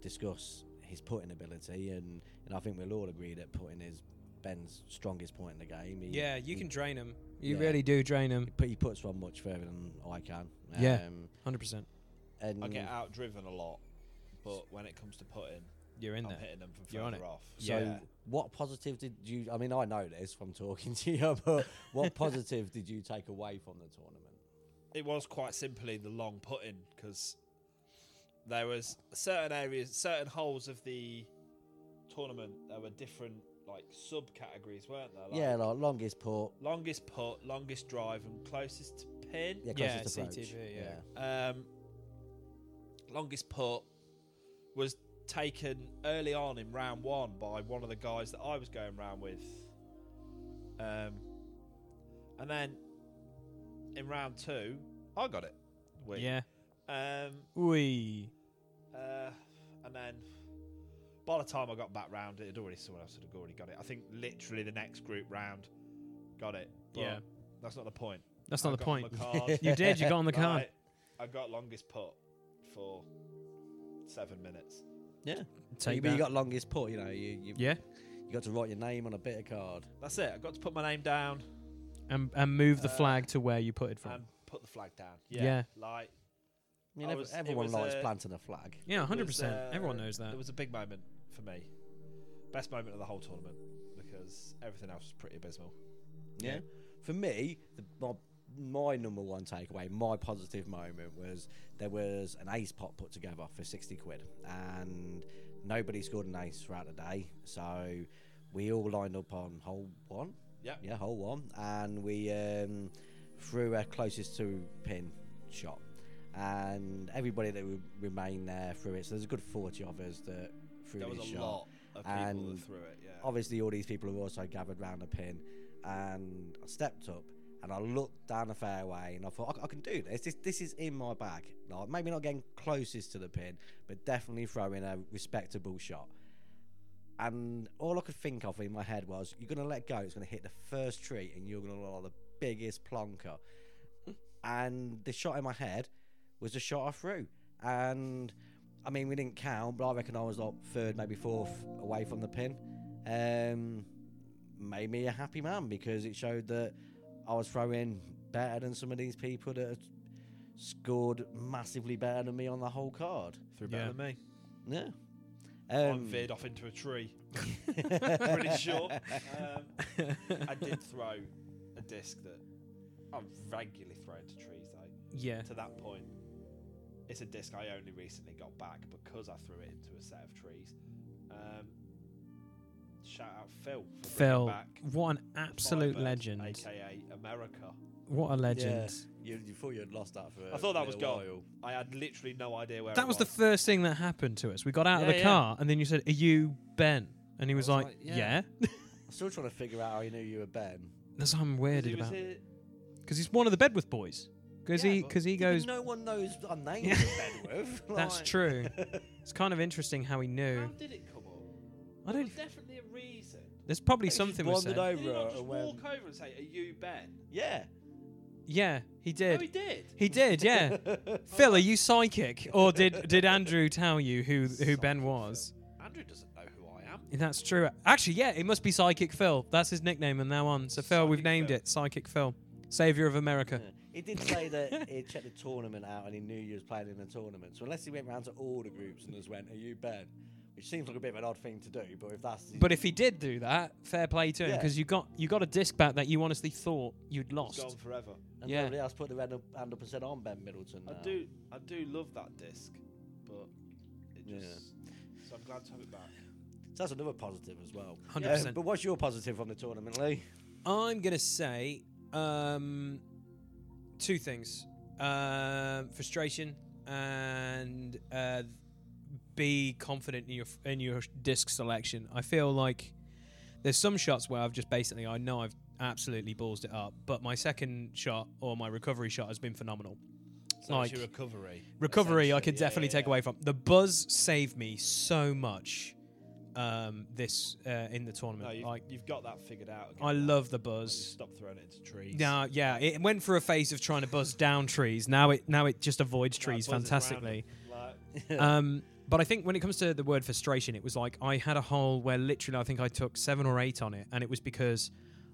discuss his putting ability, and, and I think we'll all agree that putting is Ben's strongest point in the game. He- yeah, you he- can drain them. You Yeah. really do drain them. But he puts one much further than I can. Yeah. Um, Hundred percent. and I get outdriven a lot, but when it comes to putting, You're in I'm there. hitting them from You're on further off. So, Yeah. what positive did you? I mean, I know this from talking *laughs* to you, but *laughs* what positive did you take away from the tournament? It was quite simply the long putting because there was certain areas, certain holes of the tournament. There were different like subcategories, weren't there? Like, yeah, like longest port, Longest putt, longest drive, and closest to pin. yeah, Yeah, closest approach. CTV, yeah. um, longest putt was taken early on in round one by one of the guys that I was going round with. Um, and then in round two, I got it. Wait. Yeah. Um, We. uh, and then by the time I got back round, it had already someone else had already got it. I think literally the next group round got it. But Yeah. That's not the point. That's not I the got my point. *laughs* card. you did. You got on the card. *laughs* Right, I got longest putt for seven minutes. yeah. So Take you, you that. got longest port. You know, you you, Yeah, you got to write your name on a bit of card. That's it. I got to put my name down and and move the Uh, um, flag to where you put it from. and put the flag down. Yeah. Yeah. Like I mean, I ev- was- it everyone was, likes uh, planting a flag. yeah, hundred was, percent. uh, Everyone knows that. It was a big moment for me. Best moment of the whole tournament because everything else was pretty abysmal. Yeah. For me, the, my, my number one takeaway, my positive moment was there was an ace pot put together for 60 quid and nobody scored an ace throughout the day. So we all lined up on hole one. Yep. Yeah, hole one. And we um, threw our closest to pin shot. And everybody that would remain there threw it. So there's a good 40 of us that threw There was this a shot lot of people And that threw it. Yeah. obviously all these people were also gathered round the pin and I stepped up and I looked down the fairway and I thought I, I can do this. this this is in my bag like maybe not getting closest to the pin but definitely throwing a respectable shot And all I could think of in my head was, you're going to let go, it's going to hit the first tree, and you're going to look like the biggest plonker. and the shot in my head was a shot I threw. And I mean, we didn't count, but I reckon I was like third, maybe fourth away from the pin. Um, made me a happy man because it showed that I was throwing better than some of these people that had scored massively better than me on the whole card. Through better better Yeah. than me. Yeah. I'm Um, veered off into a *laughs* tree. Pretty sure. Um, *laughs* I did throw a disc that I regularly throw into trees though. yeah. To that point, it's a disc I only recently got back because I threw it into a set of trees. Um, shout out Phil. For bringing it Phil, back. what an absolute Firebird, legend. aka America. What a legend. You, you thought you'd lost that for. I thought a that was little gone. while. I had literally no idea where That it was the first thing that happened to us. We got out of Yeah, the yeah. car, and then you said, "Are you Ben?" And he was, was like, like, "Yeah." "Yeah." I'm still trying to figure out how he knew you were Ben. *laughs* That's what I'm Because weirded he was about here- because he's one of the Bedworth boys. Because Yeah, he but because he goes. No one knows *laughs* our name Yeah. yeah. Ben with. That's like- *laughs* true. it's kind of interesting how he How knew. did it come up? I There don't. was definitely a reason. There's probably He just something was wandered said. Did he over not just and went- walk over and say, "Are you Ben?" Yeah. Yeah, he No, did. Oh, he did. He did, *laughs* yeah. Phil, are you psychic, or did did Andrew tell you who who Ben was? Andrew doesn't know who I am. That's true. Actually, yeah, it must be Psychic Phil. That's his nickname, and now on. So Phil, we've Psychic named Phil. it Psychic Phil, Savior of America. Yeah. He did say that he checked the tournament out and he knew you was playing in the tournament. So unless he went round to all the groups and just went, "Are you Ben?" which seems like a bit of an odd thing to do, but if that's his- But if he did do that, fair play to him Yeah. because you got you got a disc back that you honestly thought you'd He's gone lost. forever. and yeah. nobody else put the red up- hand up and said, "I'm Ben Middleton." I now." do, I do love that disc, but it just. So I'm glad to have it back. So that's another positive as well. 100%. Um, but what's your positive from the tournament, Lee? I'm gonna say um, two things: Um frustration and uh, be confident in your in your disc selection. I feel like there's some shots where I've just basically I know I've absolutely ballsed it up, but my second shot or my recovery shot has been phenomenal. So Like- it's your recovery. recovery I essentially. could Yeah, definitely yeah, take yeah. away from the buzz saved me so much um, this uh, in the tournament. No, you've, like you've got that figured out. Again, I now. love the Like, you buzz. Stop throwing it into trees. No, yeah, it went through a phase of trying to buzz down trees. Now it now it just avoids Like, trees buzz is round fantastically. and, *laughs* Like, Um, but I think when it comes to the word frustration, it was like I had a hole where literally I think I took seven or eight on it, and it was because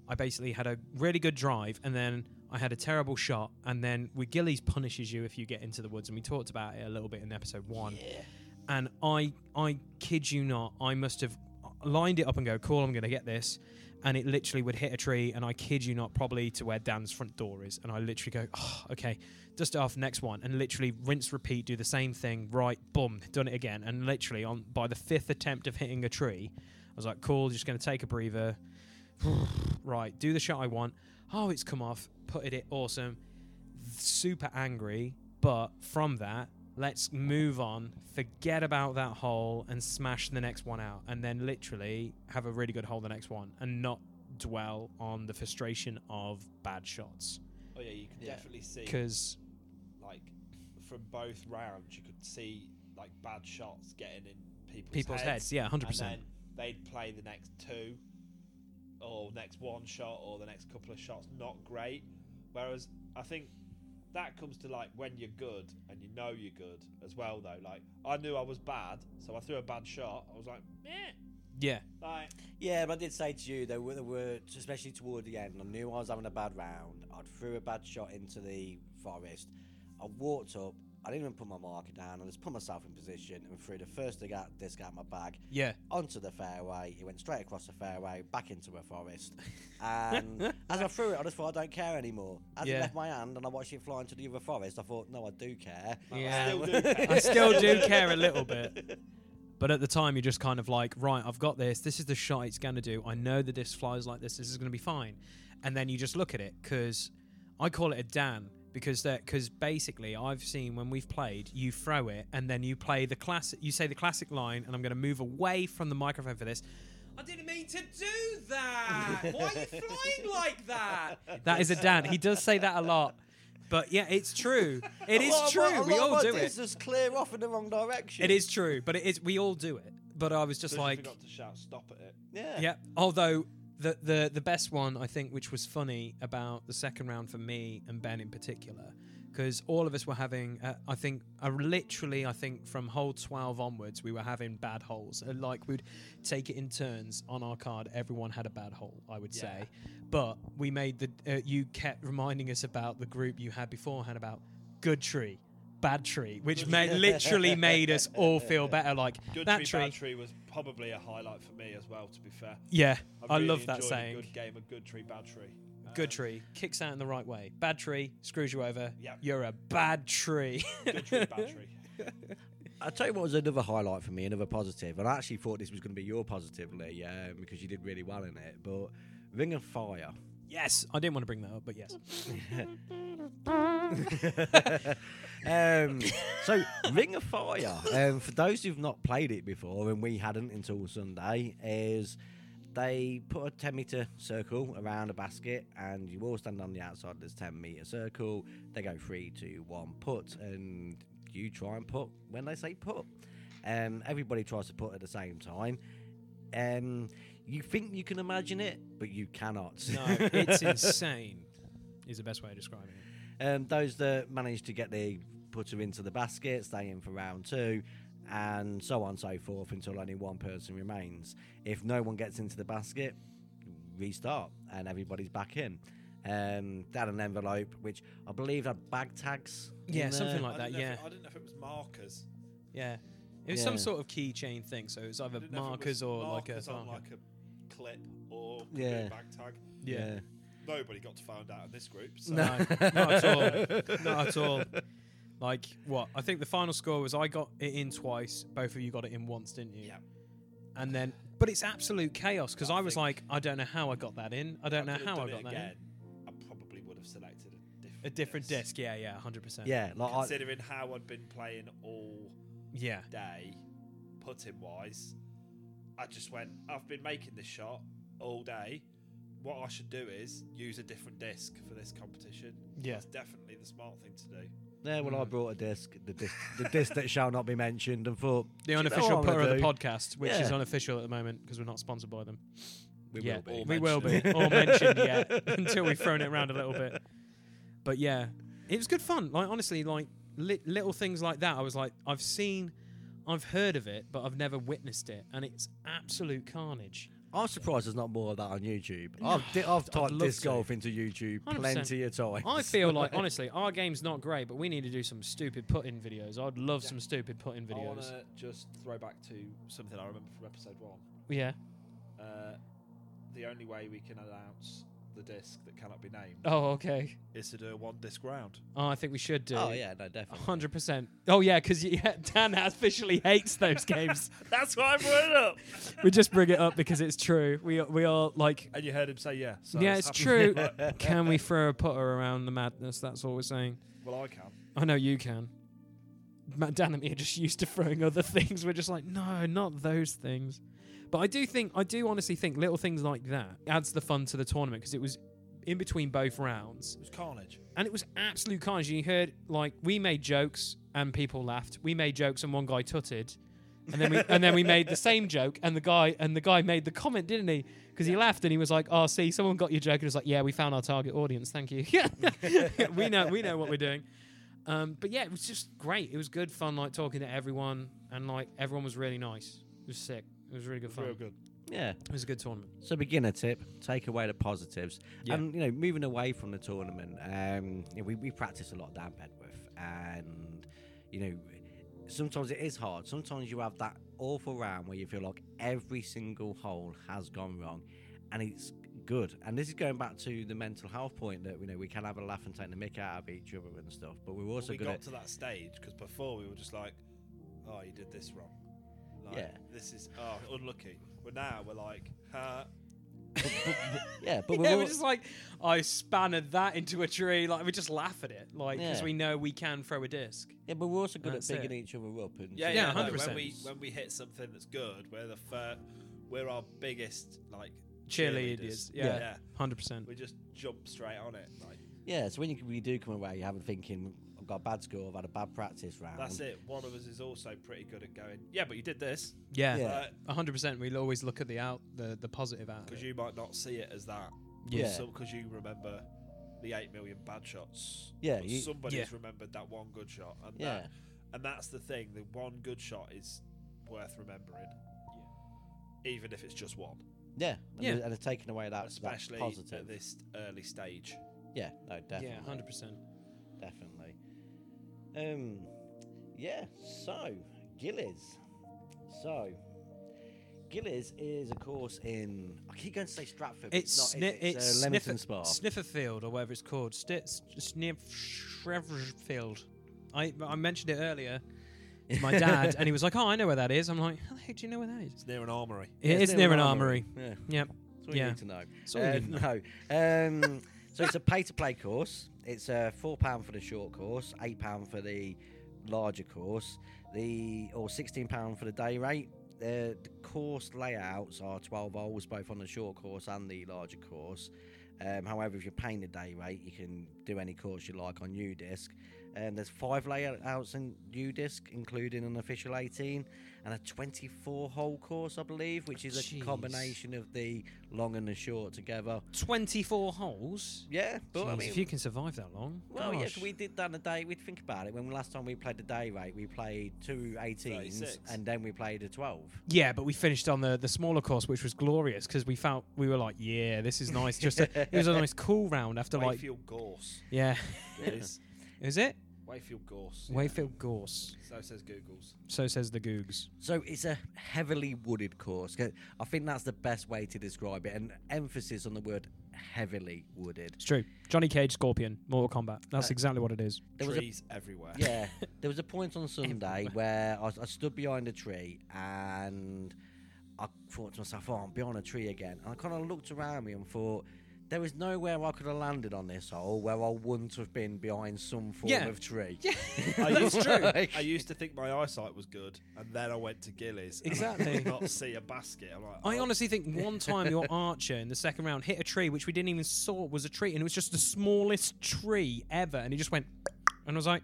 I basically had a really good drive and then I had a terrible shot, and then we Gillies punishes you if you get into the woods, and we talked about it a little bit in episode one. And I I kid you not, I must have lined it up and go, cool, I'm gonna get this. And it literally would hit a tree, and I kid you not, probably to where Dan's front door is. And I literally go, oh, okay, dust it off, next one, and literally rinse, repeat, do the same thing, right, boom, done it again. And literally on by the fifth attempt of hitting a tree, I was like, cool, just gonna take a breather, *sighs* right, do the shot I want. Oh, it's come off, putted it, awesome, super angry. But from that, let's move on, forget about that hole, and smash the next one out, and then literally have a really good hole the next one, and not dwell on the frustration of bad shots oh yeah, you can Yeah. definitely see. because like from both rounds you could see like bad shots getting in people's, people's heads, heads, yeah, hundred and percent. then they'd play the next two or next one shot or the next couple of shots not great whereas i think that comes to like when you're good and you know you're good as well though like i knew i was bad so i threw a bad shot i was like meh Yeah, like Yeah, but I did say to you there were, there were especially toward the end. I knew I was having a bad round. I threw a bad shot into the forest. I walked up. I didn't even put my marker down. I just put myself in position and threw the first thing out, disc out of my bag yeah, onto the fairway. It went straight across the fairway, back into a *laughs* forest. And as I threw it, I just thought I don't care anymore. As Yeah. it left my hand and I watched it fly into the other forest, I thought, no, I do care. Um, Yeah. still *laughs* do care. I still *laughs* do care a little bit. But at the time, you're just kind of like, right, I've got this. This is the shot it's going to do. I know the disc flies like this. This is going to be fine. And then you just look at it because I call it a Dan because that because basically I've seen when we've played, you throw it and then you play the classic. You say the classic line, and I'm going to move away from the microphone for this. I didn't mean to do that. Why are you flying like that? That is a Dan. He does say that a lot. But yeah, it's true. It A is lot of true. what- a We lot of all what do is it. Just clear off in the wrong direction. It is true, but it is we all do it. but I was just Just like, forgot to shout stop at it. *laughs* Yeah. yeah. Although the, the the best one I think, which was funny about the second round for me and Ben in particular, because all of us were having, uh, I think, uh, literally, I think from hole twelve onwards, we were having bad holes. Uh, like we'd take it in turns on our card. Everyone had a bad hole, I would say. But we made the. Uh, you kept reminding us about the group you had beforehand about good tree. Bad tree, which made, literally made us all *laughs* feel better. Like Good that tree, tree, bad tree was probably a highlight for me as well. To be fair, yeah, I, really love that enjoyed saying. A good game, a good tree, bad tree. Good tree kicks out in the right way. Bad tree screws you over. Yep. You're a bad tree. *laughs* Good tree, bad tree. I'll tell you what was another highlight for me, another positive, and I actually thought this was going to be your positively um, because you did really well in it. But Ring of Fire. yes, I didn't want to bring that up, but yes. um, so Ring of Fire, um, for those who've not played it before, and we hadn't until Sunday, is they put a 10 meter circle around a basket, and you all stand on the outside of this 10 meter circle. They go three, two, one, put, and you try and put when they say put. Um, everybody tries to put at the same time. Um, you think you can imagine it, but you cannot. *laughs* No, it's insane. Is the best way of describing it. Um, those that manage to get the putter into the basket stay in for round two, and so on and so forth until only one person remains. If no one gets into the basket, restart and everybody's back in. Um, they had an envelope which I believe had bag tags. in Yeah, something *laughs* there. Like I that, didn't know if yeah. it- I didn't know if it was markers. Yeah, it was some Yeah. sort of keychain thing. So it was I either didn't know if it markers was or markers like a on marker. like a clip or could be Yeah. a bag tag. yeah. Nobody got to find out in this group. So. *laughs* No, *laughs* not at all. Not at all. Like what? I think the final score was I got it in twice. Both of you got it in once, didn't you? Yeah. And then, but it's absolute chaos because I I, was think- like, I don't know how I got that in. I don't If know could have how I got done it that in. again, I probably would have selected a different, A different disc, yeah, yeah, hundred percent. Yeah, like I, Considering how I'd been playing all yeah, day, putting wise, I just went. I've been making this shot all day. What I should do is use a different disc for this competition. Yeah. That's definitely the smart thing to do. there when I brought a disc, the disc, the disc that shall not be mentioned, and thought "Do the you know what unofficial I'm gonna putter of the do? podcast, which is Yeah. unofficial at the moment because we're not sponsored by them. We yeah, will be. we will be or mentioned *laughs* yet until we've thrown it around a little bit. But yeah, it was good fun. Like honestly, like li- little things like that. I was like, I've seen, I've heard of it, but I've never witnessed it, and it's absolute carnage. I'm surprised there's not more of that on YouTube. I've, di- I've typed love disc to. golf into YouTube 100%. plenty of times. I feel *laughs* like honestly, our game's not great, but we need to do some stupid put-in videos. I'd love some stupid put-in I want videos. to just throw back to something I remember from episode one. Yeah. Uh, the only way we can announce the disc that cannot be named Oh, okay. is to do a one disc round. Oh, I think we should do. Oh yeah, no, A definitely. Hundred percent. Oh yeah, because *laughs* yeah, Dan officially hates those games. *laughs* That's why I brought it up. we just bring it up because it's true. We we are like, And you heard him say yeah. So yeah, that's it's true. *laughs* happened. can we throw a putter around the madness? That's all we're saying. well, I can. I know you can. Ma- Dan and me are just used to throwing other things. We're just like, no, not those things. But I do think, I do honestly think little things like that adds the fun to the tournament because it was in between both rounds. It was carnage. and it was absolute carnage. You heard like we made jokes and people laughed. We made jokes and one guy tutted, and then we and then we made the same joke and the guy and the guy made the comment, didn't he? Because he laughed and he was like, "Oh, see, someone got your joke." And it was like, "Yeah, we found our target audience. Thank you. *laughs* we know we know what we're doing." Um, but yeah, it was just great. It was good fun, like talking to everyone, and like everyone was really nice. It was sick. It was really good fun. Real good. Yeah. It was a good tournament. So beginner tip: take away the positives, Yeah. and you know, moving away from the tournament. Um, you know, we we practice a lot down Bedworth, and you know, sometimes it is hard. Sometimes you have that awful round where you feel like every single hole has gone wrong, and it's good. And this is going back to the mental health point that you know we can have a laugh and take the mick out of each other and stuff, but we're also we good got at to that stage because before we were just like, oh, you did this wrong. Like, Yeah. This is oh unlucky. But now we're like, huh? *laughs* yeah, but yeah, we're, we're al- just like, I spanned that into a tree. Like, we just laugh at it. Like, because Yeah. we know we can throw a disc. yeah, but we're also good That's at bigging it. each other up and Yeah, no, 100%. When we when we hit something that's good, we're the fir- we're our biggest like Cheerleaders. cheerleaders. Yeah. yeah. 100%. We just jump straight on it. Like Yeah, so when you, we do come away, you have a thinking, I've got a bad score. I've had a bad practice round. That's it. One of us is also pretty good at going. Yeah, but you did this Uh, Yeah, Yeah. a hundred percent. We'll always look at the out the the positive out. of because it. you might not see it as that. yeah, Yeah. because you remember the eight million bad shots. Yeah, but you- somebody's Yeah. remembered that one good shot. And Yeah. that, and that's the thing. The one good shot is worth remembering, even if it's just one. Yeah. And Yeah. yeah. And it's taken away that, especially that positive. at this early stage. Yeah. No, definitely. yeah, hundred percent. Definitely. Um, yeah. So, Gillies. So, Gillies is of course in. I keep going to say Stratford. but It's it's, sni- not, it- it's, it's uh, sniffer, Leamington Spa. Snifferfield or whatever it's called. Sti sniff Shrevfield. I I mentioned it earlier to my *laughs* dad, and he was like, "Oh, I know where that is." I'm like, "How the heck do you know where that is?" It's near an armory. It is near an armory. Yeah. Yep. That's all you Yeah. need to know. That's all you Uh, need to No. Um, *laughs* so it's a pay-to-play course. It's uh, four pound for the short course, eight pound for the larger course, the or sixteen pound for the day rate. Uh, the course layouts are twelve holes, both on the short course and the larger course. Um, however, if you're paying the day rate, you can do any course you like on UDisc. Um, there's five layouts in UDisc, including an official 18 and a 24-hole course, I believe, which is a Jeez. combination of the long and the short together. Twenty-four holes. Yeah, but I Jeez, mean, if you can survive that long, well, yes, gosh. we did that on a day. We'd think about it when we- last time we played the day rate, we played two 18s 36. and then we played a 12. Yeah, but we finished on the, the smaller course, which was glorious because we felt we were like, yeah, this is nice. Just a, it was a nice cool round after like, Wayfield Gorse. yeah, It is. is it Wayfield Gorse. yeah. Wayfield Gorse? So says Google's. So says the Googs. So it's a heavily wooded course. 'Cause I think that's the best way to describe it. An emphasis on the word heavily wooded. It's true. Johnny Cage, Scorpion, Mortal Kombat. That's exactly what it is. There was a Trees everywhere. yeah, *laughs* there was a point on Sunday where I, I stood behind a tree and I thought to myself, "Oh, I'm behind a tree again." And I kind of looked around me and thought, "There is nowhere I could have landed on this hole where I wouldn't have been behind some form Yeah. of tree." I used, *laughs* true. I used to think my eyesight was good, and then I went to Gillies. And I Exactly. did not see a basket. I'm like, I oh, honestly think one time your archer in the second round hit a tree which we didn't even saw was a tree, and it was just the smallest tree ever, and he just went, and I was like,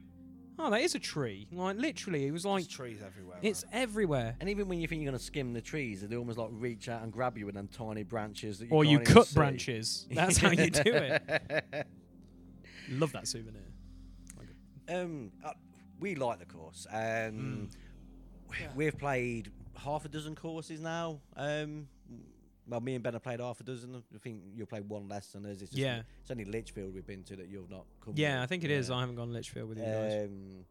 oh, that is a tree. Like literally, it was like there's trees everywhere. it's everywhere. And even when you think you're going to skim the trees, they almost like reach out and grab you, and then tiny branches that you or can't you even cut see. branches. That's how you do it. Love that souvenir. Um, uh, we like the course. Um, Hmm. We've played half a dozen courses now. Um, well, me and Ben have played half a dozen. I think you'll play one less than us. It's just Yeah. It's only Litchfield we've been to that you've not come. Yeah, to. I think it is. I haven't gone Litchfield with you *laughs* guys. Um,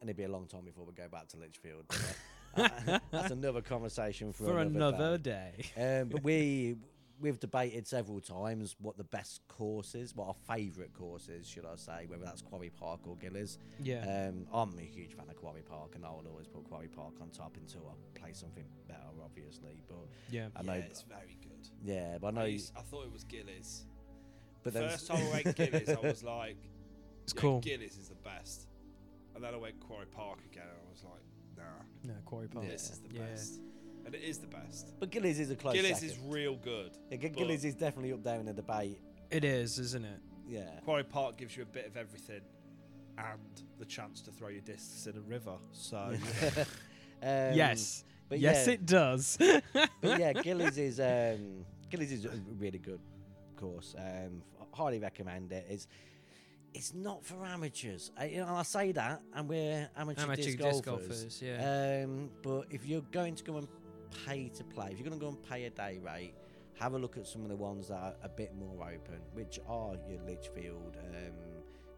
and it'd be a long time before we go back to Litchfield. *laughs* but, uh, That's another conversation for, For another, day. another day. Um, but we we've debated several times what the best course is, what our favourite course is, should I say, whether that's Quarry Park or Gillies. Yeah. Um, I'm a huge fan of Quarry Park, and I will always put Quarry Park on top until I play something better, obviously. But Yeah. I know, it's very good. yeah, but I know. I, you- used- I thought it was Gillies. but there was- First time I *laughs* went Gillies, I was like, It's yeah, cool. Gillies is the best. And then I went Quarry Park again, and I was like, nah, No, Quarry Park. this is the Yeah. best. And it is the best. but Gillies is a close. Gillies second. is real good. Yeah, Gi- but Gillies is definitely up there in the debate. It is, isn't it? Yeah. Quarry Park gives you a bit of everything and the chance to throw your discs in a river. So *laughs* Um, yes. but yes, yeah. it does. but *laughs* yeah, Gillies is um, Gillies is a really good course. Um, f- highly recommend it. It's it's not for amateurs. I, you know, and I say that, and we're amateur, Amateur disc, disc golfers. golfers, yeah. Um, but if you're going to go and pay to play, if you're going to go and pay a day rate, have a look at some of the ones that are a bit more open, which are your Litchfield, um,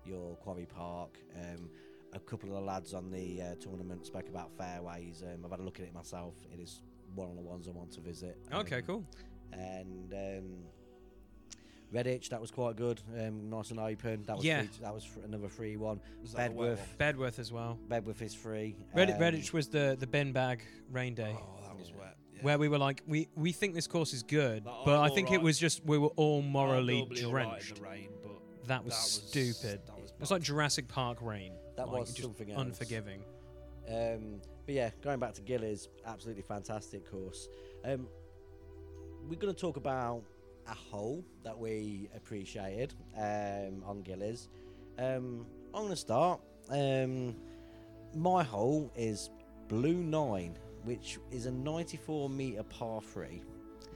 your Quarry Park. Um, a couple of the lads on the uh, tournament spoke about fairways. Um, I've had a look at it myself. It is one of the ones I want to visit. okay, Um, cool. And um, Redditch, that was quite good. Um, nice and open. That was Yeah. free, that was fr- another free one. Was that the wet Bedworth, one? Bedworth as well. Bedworth is free. Reddit, Um, Redditch was the, the bin bag rain day. Oh, that was wet. Yeah. Where we were like, we, we think this course is good, But but I'm I think it alright. was just we were all I'm morally normally all right drenched. in the rain, but That was that was- stupid. that was it was bad. like Jurassic Park rain. That Like, was just something else. unforgiving. Um, but yeah, going back to Gillies, absolutely fantastic course. Um, we're going to talk about a hole that we appreciated um, on Gillies. Um, I'm going to start. Um, my hole is blue nine, which is a 94 meter par three.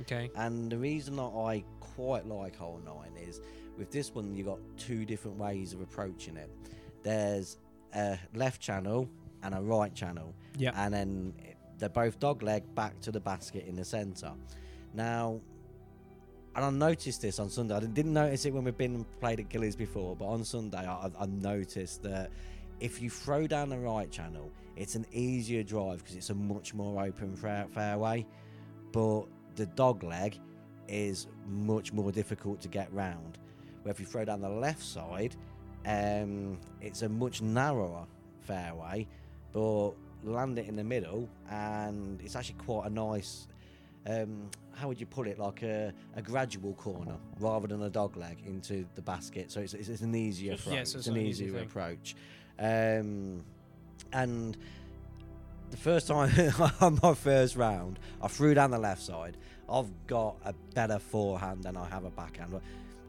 Okay. And the reason that I quite like hole nine is with this one, you got two different ways of approaching it. There's a left channel and a right channel. Yep. And then it- they're both dog leg back to the basket in the centre. Now, and I noticed this on Sunday. I didn't- didn't notice it when we've been and played at Gillies before, but on Sunday I, I- I noticed that if you throw down the right channel, it's an easier drive because it's a much more open fair- fairway. But the dog leg is much more difficult to get round. Where if you throw down the left side, um, it's a much narrower fairway, but land it in the middle, and it's actually quite a nice. Um, how would you put it? Like a, a gradual corner rather than a dog leg into the basket. So it's, it's, it's an easier Just- approach. yeah, so it's it's an not an easy easier thing. approach. Um, and the first time *laughs* on my first round, I threw down the left side. I've got a better forehand than I have a backhand.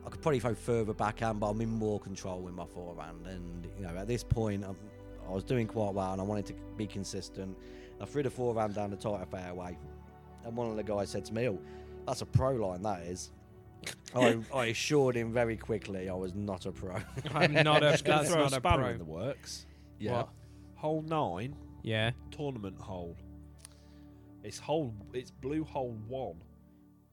I could probably throw further backhand, but I'm in more control with my forehand. And you know, at this point, I'm, I was doing quite well, and I wanted to be consistent. I threw the forehand down the tighter fairway, and one of the guys said to me, "Oh, that's a pro line. That is." I, I assured him very quickly I was not a pro. *laughs* I'm not a. Gonna that's throw not a a spanner pro. in the works. What? Hole nine, Yeah. tournament hole. It's hole. It's blue hole one.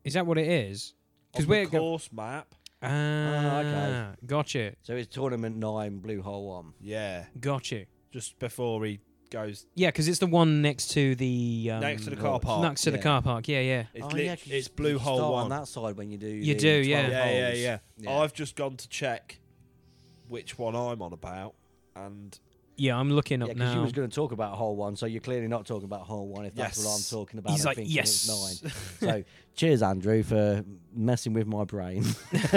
Is that what it is? Because On the we're go- course map. ah, okay. Gotcha. so it's tournament nine, blue hole one. Yeah, Gotcha. just before he goes Yeah, because it's the one next to the um, next to the car park. next to the yeah. car park. Yeah, yeah. It's, Oh, lit- yeah, 'cause you it's s- blue you hole start one. on that side when you do. You the do, yeah. yeah, 12 yeah, holes. yeah, Yeah. I've just gone to check which one I'm on about, and Yeah, I'm looking up Yeah, because now. you was going to talk about hole one, so you're clearly not talking about hole one if that's what I'm Yes. talking about. He's I'm like, thinking it's yes. *laughs* *laughs* nine. so, cheers, Andrew, for messing with my brain. *laughs*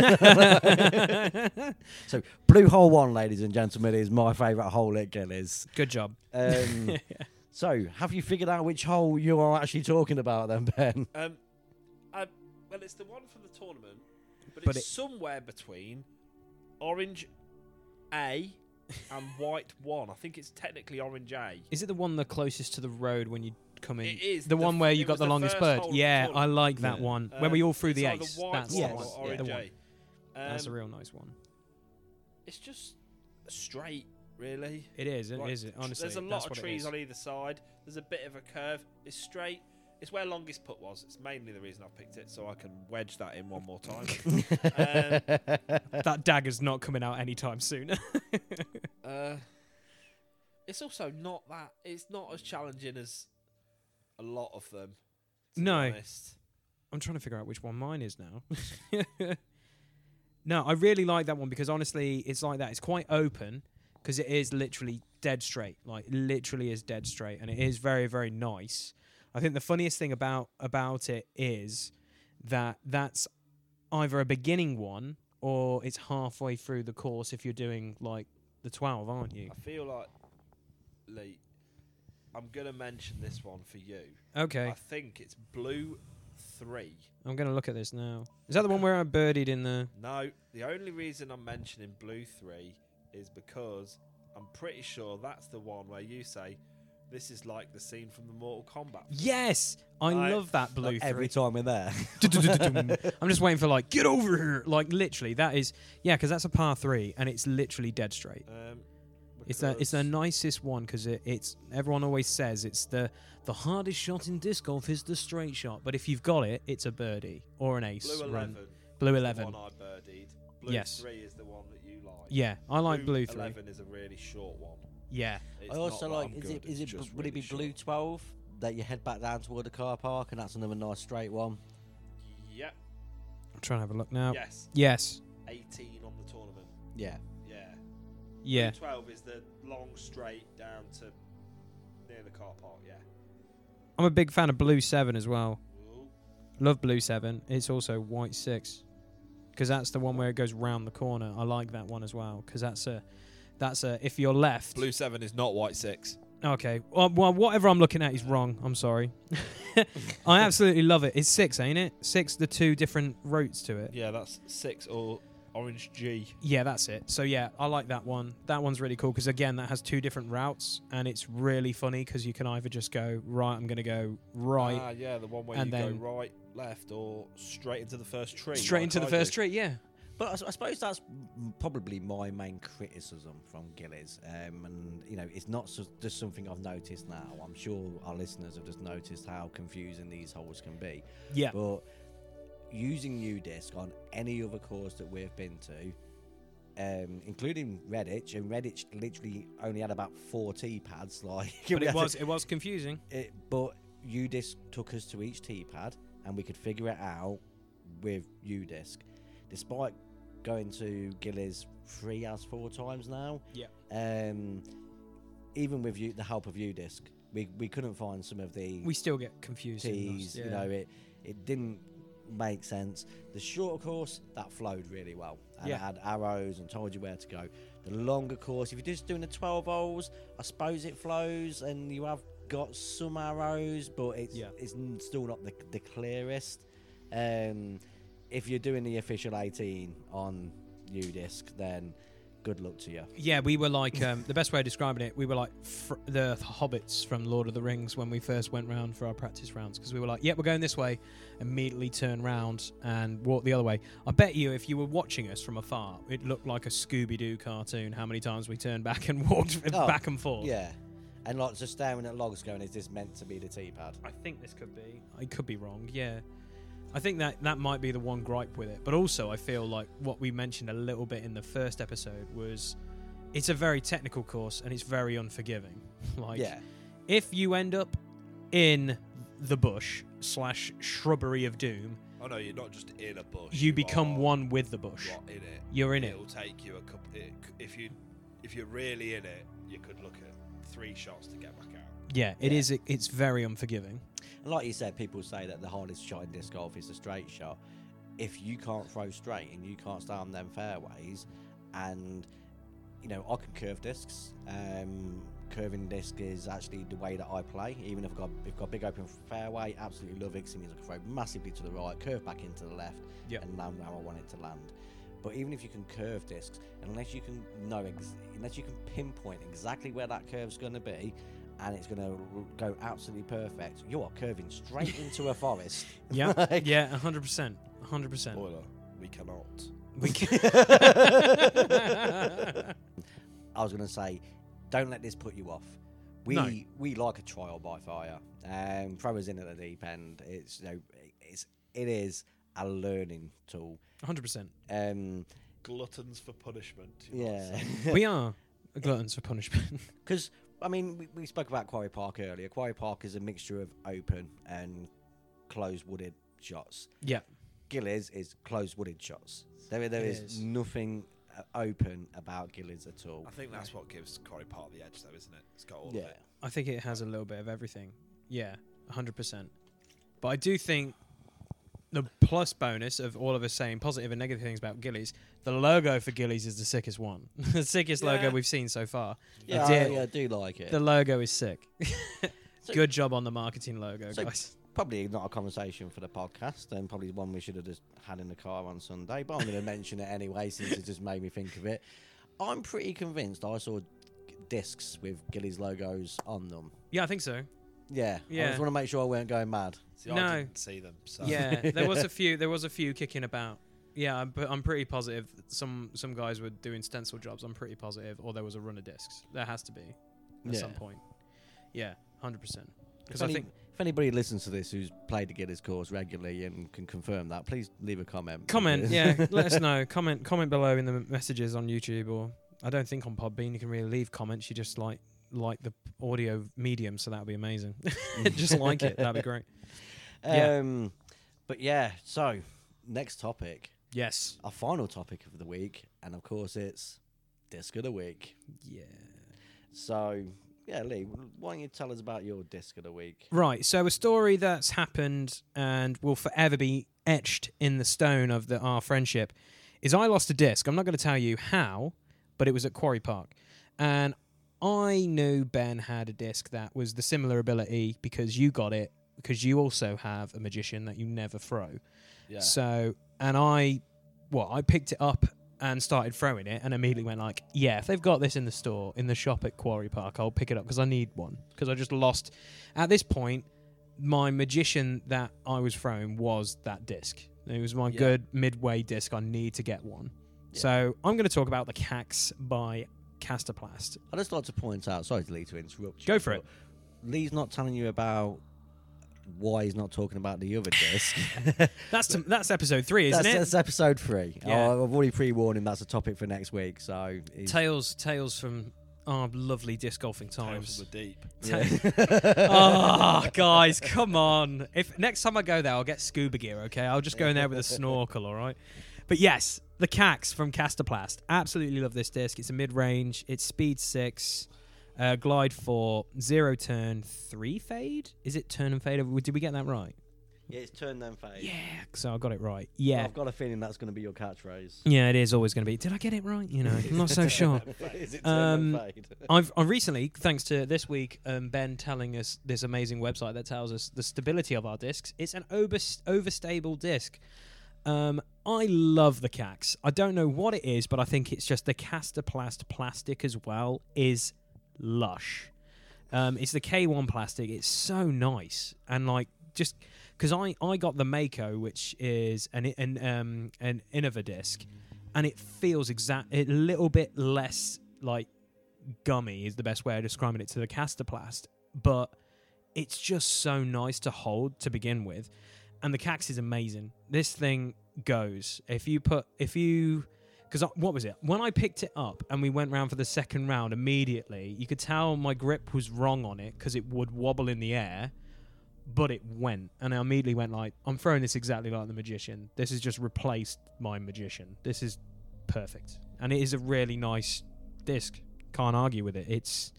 so, blue hole one, ladies and gentlemen, is my favourite hole at Gillies. Good job. *laughs* Um, so, have you figured out which hole you are actually talking about then, Ben? um, I, well, it's the one from the tournament, but, But it's it- somewhere between orange A and white one. I think it's technically orange A. Is it the one the closest to the road when you come in? It is the, the one f- where it you was got the, the longest first bird. hole of the Yeah, I tournament. like that Yeah. one. when we all threw Um, it's the either ace. white That's one the or one. orange the one. A. That's a Um, real nice one. It's just straight, really. It is. It is. Like, it- tr- Honestly, there's a that's lot of what it trees is. on either side. There's a bit of a curve. It's straight. It's where longest put was. It's mainly the reason I picked it, so I can wedge that in one more *laughs* time. um, That dagger's not coming out anytime soon. *laughs* uh, it's also not that. It's not as challenging as a lot of them. to be No. honest. I'm trying to figure out which one mine is now. *laughs* no, I really like that one because honestly, it's like that. It's quite open because it is literally dead straight. Like literally is dead straight, and it is very very nice. I think the funniest thing about about it is that that's either a beginning one or it's halfway through the course if you're doing like the 12, aren't you? I feel like, Lee, I'm gonna mention this one for you. I Okay, think it's blue three. I'm gonna look at this now. Is that the one where I birdied in the? No, the only reason I'm mentioning Blue 3 is because I'm pretty sure that's the one where you say this is like the scene from the Mortal *laughs* Kombat. Yes, I I- love that blue. Like, every three. time we're there. I'm just waiting for like get over here. Like literally, that is yeah, because that's a par three and it's literally dead straight. Um, It's the it's the because- nicest one because it, it's everyone always says it's the the hardest shot in disc golf is the straight shot, but if you've got it, it's a birdie or an ace. Blue run. 11. is Blue the eleven. one I birdied. Blue Yes. 3 is the one that you like. Yeah, I like blue, three. 11 is a really short one. Yeah, It's I also not that like, I'm is good, it, is it, it's b- just would it be really blue short. 12 that you head back down toward the car park and that's another nice straight one? Yep. I'm trying to have a look now. Yes. Yes. 18 on the tournament. Yeah. Yeah. Yeah. Blue 12 is the long straight down to near the car park. Yeah. I'm a big fan of blue seven as well. Ooh. Love blue seven. It's also white six, because that's the one where it goes round the corner. I like that one as well, because that's a, that's a. If you're left, Blue 7 is not white 6. okay. Well, well, whatever I'm looking at is wrong. I'm sorry. *laughs* I absolutely love it. It's six, ain't it? Six, the two different routes to it. Yeah, that's six or Orange G. Yeah, that's it. So yeah, I like that one. That one's really cool because again, that has two different routes, and it's really funny because you can either just go right. I'm going to go right Ah, yeah, the one where And you then- go right, left, or straight into the first tree. straight like into the I first do. tree. Yeah, But I s- I, suppose that's m- probably my main criticism from Gillies, um, and you know, it's not so, just something I've noticed now. I'm sure our listeners have just noticed how confusing these holes can be. yeah, But using UDisc on any other course that we've been to, um, including Redditch, and Redditch literally only had about four T pads. *laughs* Like, but we had it to- was it was confusing. it, but UDisc took us to each T pad, and we could figure it out with UDisc, despite going to Gillies three as four times now. Yeah. Um, even with you, the help of UDisc, we we couldn't find some of the We still get confused. in T's. those, You know, it it didn't make sense. The shorter course that flowed really well, and Yeah. it had arrows and told you where to go. The longer course, if you're just doing the 12 holes, I suppose it flows, and you have got some arrows, but it's Yeah. it's n- still not the, the clearest. Um, if you're doing the official 18 on UDisc, then good luck to you. Yeah, we were like um, the best way of describing it. We were like fr- the hobbits from Lord of the Rings when we first went round for our practice rounds because we were like, "Yeah, we're going this way." Immediately turn round and walk the other way. I bet you, if you were watching us from afar, it looked like a Scooby Doo cartoon. How many times we turned back and *laughs* walked Oh, back and forth? Yeah. And lots of staring at logs going, is this meant to be the T pad? I think this could be. I could be wrong. Yeah, I think that that might be the one gripe with it. But also, I feel like what we mentioned a little bit in the first episode was it's a very technical course and it's very unforgiving. *laughs* Like, yeah. if you end up in the bush slash shrubbery of doom, Oh no, you're not just in a bush. you become are one with the bush. what in it. You're in it. It'll take you a couple. It, c- if you if you're really in it, you could look at three shots to get back out. Yeah, it Yeah. is. It, it's very unforgiving. *laughs* And like you said, people say that the hardest shot in disc golf is the straight shot. If you can't throw straight and you can't stay on them fairways, and you know I can curve discs. Um, curving disc is actually the way that I play. Even if I've got if I've got a big open fairway, absolutely love it 'cause it means I can throw massively to the right, curve back into the left, Yep. and land where I want it to land. But even if you can curve discs, unless you can know ex- unless you can pinpoint exactly where that curve's going to be, and it's going to go absolutely perfect, you are curving straight into a forest. Yeah, Like- yeah, hundred percent, hundred percent. *laughs* Spoiler: we cannot. We can- I was going to say, don't let this put you off. We No. we like a trial by fire. Um, throw us in at the deep end. It's you know, it's it is a learning tool. hundred percent. Um, Gluttons for punishment. you might yeah. say. *laughs* We are gluttons for punishment. *laughs* Because I mean, we, we spoke about Quarry Park earlier. Quarry Park is a mixture of open and closed wooded shots. yeah, Gillies is closed wooded shots. There, there It is, is. nothing uh, open about Gillies at all. I think that's what gives Quarry Park the edge, though, isn't it? It's got all Yeah, of it. I think it has a little bit of everything. Yeah, hundred percent. But I do think the plus bonus of all of us saying positive and negative things about Gillies, the logo for Gillies is the sickest one, *laughs* the sickest logo Yeah. we've seen so far. yeah, I, did. yeah, I do like it. The logo is sick. *laughs* So- Good job on the marketing logo, So- *laughs* guys. probably not a conversation for the podcast, and probably one we should have just had in the car on Sunday. But *laughs* I'm going to mention it anyway, since it just made me think of it. I'm pretty convinced I saw discs with Gillies logos on them. Yeah, I think so. Yeah, I Yeah. just want to make sure I weren't going mad. See, No. I didn't see them. So *laughs* Yeah, there *laughs* was a few. There was a few kicking about. Yeah, I'm- but I'm pretty positive some some guys were doing stencil jobs. I'm pretty positive, or there was a run of discs. There has to be at Yeah. some point. Yeah, hundred percent. Because I If any- think if anybody listens to this who's played the Gillies course regularly and can confirm that, please leave a comment. comment. because- *laughs* yeah, let us know. Comment comment below in the messages on YouTube, or I don't think on Podbean you can really leave comments. You just like like the audio medium, so that would be amazing. *laughs* just like it, that'd be *laughs* great. Yeah. Um, But yeah, so next topic, Yes. our final topic of the week, and of course it's disc of the week. Yeah. So yeah, Lee, why don't you tell us about your disc of the week? Right. So a story that's happened and will forever be etched in the stone of the, our friendship is I lost a disc. I'm not going to tell you how, but it was at Quarry Park, and I knew Ben had a disc that was the similar ability because you got it because you also have a magician that you never throw. yeah. So, and I, well, I picked it up and started throwing it, and immediately went like, "Yeah, if they've got this in the store, in the shop at Quarry Park, I'll pick it up because I need one because I just lost." At this point, my magician that I was throwing was that disc. It was my Yeah. good midway disc. I need to get one. So I'm going to talk about the Cax by Castoplast. I'd just like to point out, sorry to Lee to interrupt you. Go for it. but Lee's not telling you about why he's not talking about the other *laughs* disc. That's to, that's episode three, isn't that's, it? that's episode three. Yeah. Oh, I've already pre warned him that's a topic for next week. So he's, Tales, tales from our lovely disc golfing Tales times. from the deep. *laughs* oh, guys, come on! If next time I go there, I'll get scuba gear. Okay, I'll just go in there with a snorkel. All right. But yes, the Cax from Castoplast. Absolutely love this disc. It's a mid-range. It's speed six, uh, glide four, zero turn, three fade. Is it turn and fade? Did we get that right? yeah, it's turn them face. Yeah. So I got it right. Yeah. I've got a feeling that's going to be *laughs* your catchphrase. Yeah, it is always going to be. Did I get it right? You know, I'm not *laughs* so sure. Is it Um, turn them fade? I've I recently, thanks to this week, um, Ben telling us this amazing website that tells us the stability of our discs. It's an over overstable disc. Um, I love the Cax. I don't know what it is, but I think it's just the Castoplast plastic as well is lush. Um, it's the K1 plastic. It's so nice and like just because I I got the Mako, which is an i- an um, an Innova disc, and it feels exact a little bit less like gummy is the best way of describing it to the castoplast, but it's just so nice to hold to begin with. And the cax is amazing. This thing goes. If you put, if you, because what was it? When I picked it up and we went round for the second round immediately, you could tell my grip was wrong on it because it would wobble in the air, but it went. And I immediately went like, I'm throwing this exactly like the magician. This has just replaced my magician. This is perfect. And it is a really nice disc can't argue with it. It's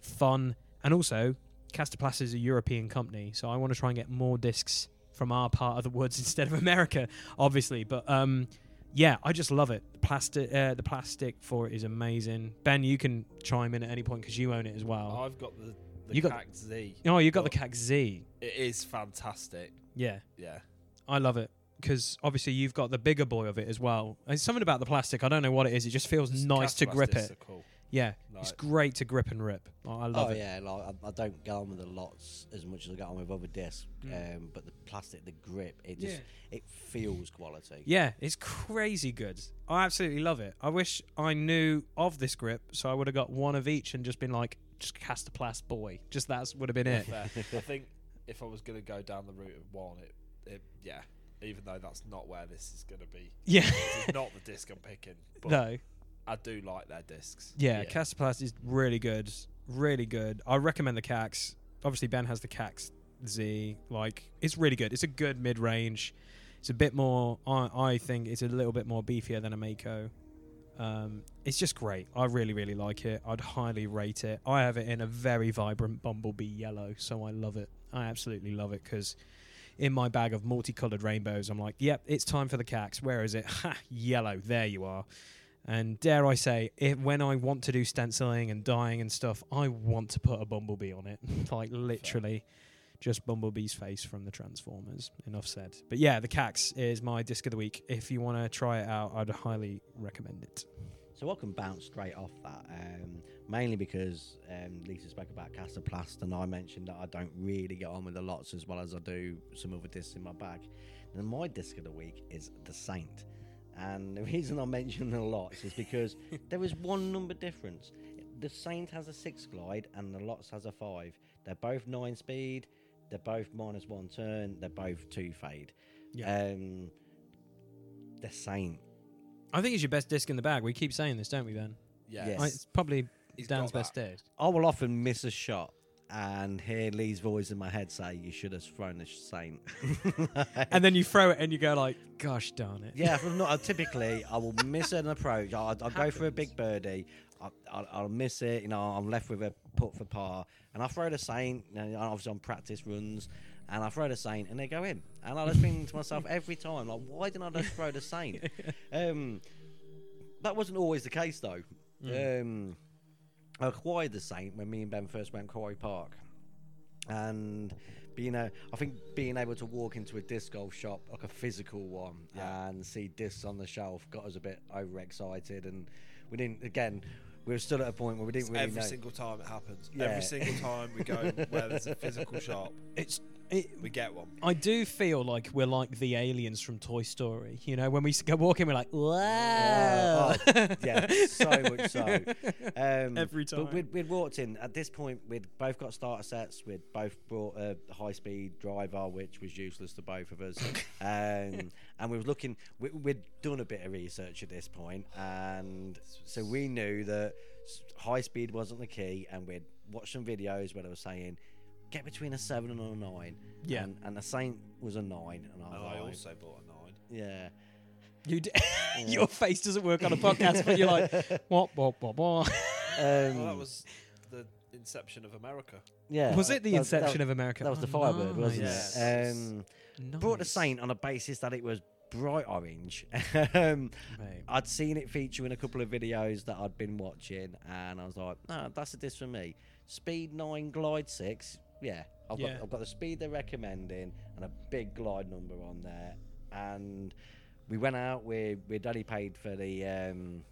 fun, and also Castoplast is a European company, so I want to try and get more discs from our part of the woods *laughs* instead of America, obviously. But um, yeah, I just love it. The plastic, uh, the plastic for it is amazing. Ben, you can chime in at any point because you own it as well. I've got the, the You got- Cac Z. oh, you got the got- Cax Z. It is fantastic. Yeah, Yeah. I love it. Because obviously you've got the bigger boy of it as well. It's something about the plastic. I don't know what it is. It just feels nice to Castoplast grip discs it. are cool. Yeah, it's Like- great to grip and rip. Oh, I love oh it. yeah, like I, I don't get on with the lots as much as I get on with other discs. Mm. Um, but the plastic, the grip, it just Yeah. it feels quality. Yeah, it's crazy good. I absolutely love it. I wish I knew of this grip, so I would have got one of each and just been like, just cast a plast boy. Just that would have been *laughs* it. Fair. I think if I was going to go down the route of one, it, it, yeah, even though that's not where this is going to be. yeah. *laughs* This is not the disc I'm picking, but no. I do like their discs. Yeah, Castoplast is really good. Really good. I recommend the Cax. Obviously, Ben has the Cax Z. Like, it's really good. It's a good mid range. It's a bit more, I, I think it's a little bit more beefier than a Mako. Um, it's just great. I really, really like it. I'd highly rate it. I have it in a very vibrant bumblebee yellow, so I love it. I absolutely love it because in my bag of multicolored rainbows, I'm like, yep, it's time for the Cax. Where is it? *laughs* Ha, yellow. There you are. And dare I say, it, when I want to do stenciling and dyeing and stuff, I want to put a bumblebee on it. *laughs* like literally just Bumblebee's face from the Transformers. Enough said. But yeah, the Cax is my disc of the week. If you want to try it out, I'd highly recommend it. So I can bounce straight off that, um, mainly because um, Lisa spoke about Castoplast and I mentioned that I don't really get on with the lots as well as I do some other discs in my bag. And my disc of the week is The Saint. And the *laughs* reason I mention the lots is because there is one number difference. The Saint has a six glide and the lots has a five. They're both nine speed, they're both minus one turn, they're both two fade. Yeah. Um, the Saint. I think it's your best disc in the bag. We keep saying this, don't we, Ben? Yeah. Yes. I- It's probably He's Dan's got best disc. I will often miss a shot and hear Lee's voice in my head say, "You should have thrown the saint." *laughs* And then you throw it and you go like, gosh darn it. yeah, if I'm not, typically I will miss an approach. I- I'll, I'll go for a big birdie. I, I'll, I'll miss it. You know, I'm left with a putt for par, and I throw the saint. And obviously, on practice runs. And I throw the saint, and they go in. And I just think to myself every time, like, why didn't I just throw the saint? Um, that wasn't always the case, though. Mm. Um, I acquired the saint when me and Ben first went Quarry Park, and being a, I think being able to walk into a disc golf shop, like a physical one, Yeah. and see discs on the shelf got us a bit overexcited, and we didn't. Again, we were still at a point where we didn't really Every know. single time it happens. Yeah. Every single time *laughs* we go where there's a physical shop, It's. It, we get one. I do feel like we're like the aliens from Toy Story. You know, when we s- go walking, we're like, wow. Uh, *laughs* oh, yeah, so much so. Um, Every time. But we'd, we'd walked in. At this point, we'd both got starter sets. We'd both brought a high speed driver, which was useless to both *laughs* of us. um, and we were looking, we, we'd done a bit of research at this point, And so we knew that s- high speed wasn't the key. And we'd watched some videos where they were saying, get between a seven and a nine. Yeah. And, and the Saint was a nine. And I was And I like, also bought a nine. yeah. You d- *laughs* Your face doesn't work on a podcast, but you're like, what, what, what, what? *laughs* Um, Well, Oh, that was the inception of America. yeah. was it the that- that- inception of America? That was the Oh, Firebird, wasn't nice. it? Yes. Um, Nice. brought the Saint on a basis that it was bright orange. *laughs* um, Mate. I'd seen it feature in a couple of videos that I'd been watching, and I was like, "Ah, that's a disc for me." Speed nine, glide six. Yeah, I've Yeah. got I've got the speed they're recommending and a big glide number on there. And we went out. We we'd only paid for the um,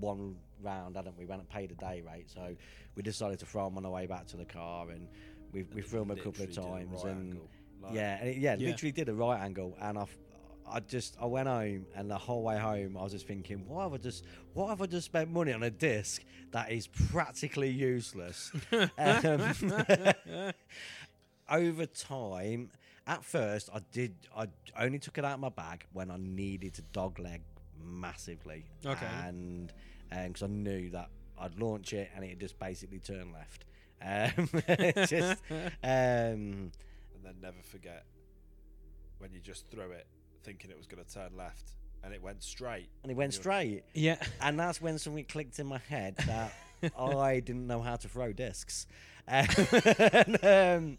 one round, hadn't we? We hadn't paid a day rate, so we decided to throw them on the way back to the car, and we we threw them a couple of Literally did a times, right and angle. Like, yeah, and it, yeah, Yeah. literally did a right angle, and I, f- I just I went home, and the whole way home I was just thinking, why have I just, why have I just spent money on a disc that is *laughs* practically useless? Um, *laughs* over time, at first I did, I only took it out of my bag when I needed to dogleg massively, Okay. and because I knew that I'd launch it and it just basically turn left. Um, *laughs* *laughs* it's just, um, And then never forget when you just threw it thinking it was going to turn left and it went straight. and it went straight. Yeah. And that's when something clicked in my head that I didn't know how to throw discs. and, um,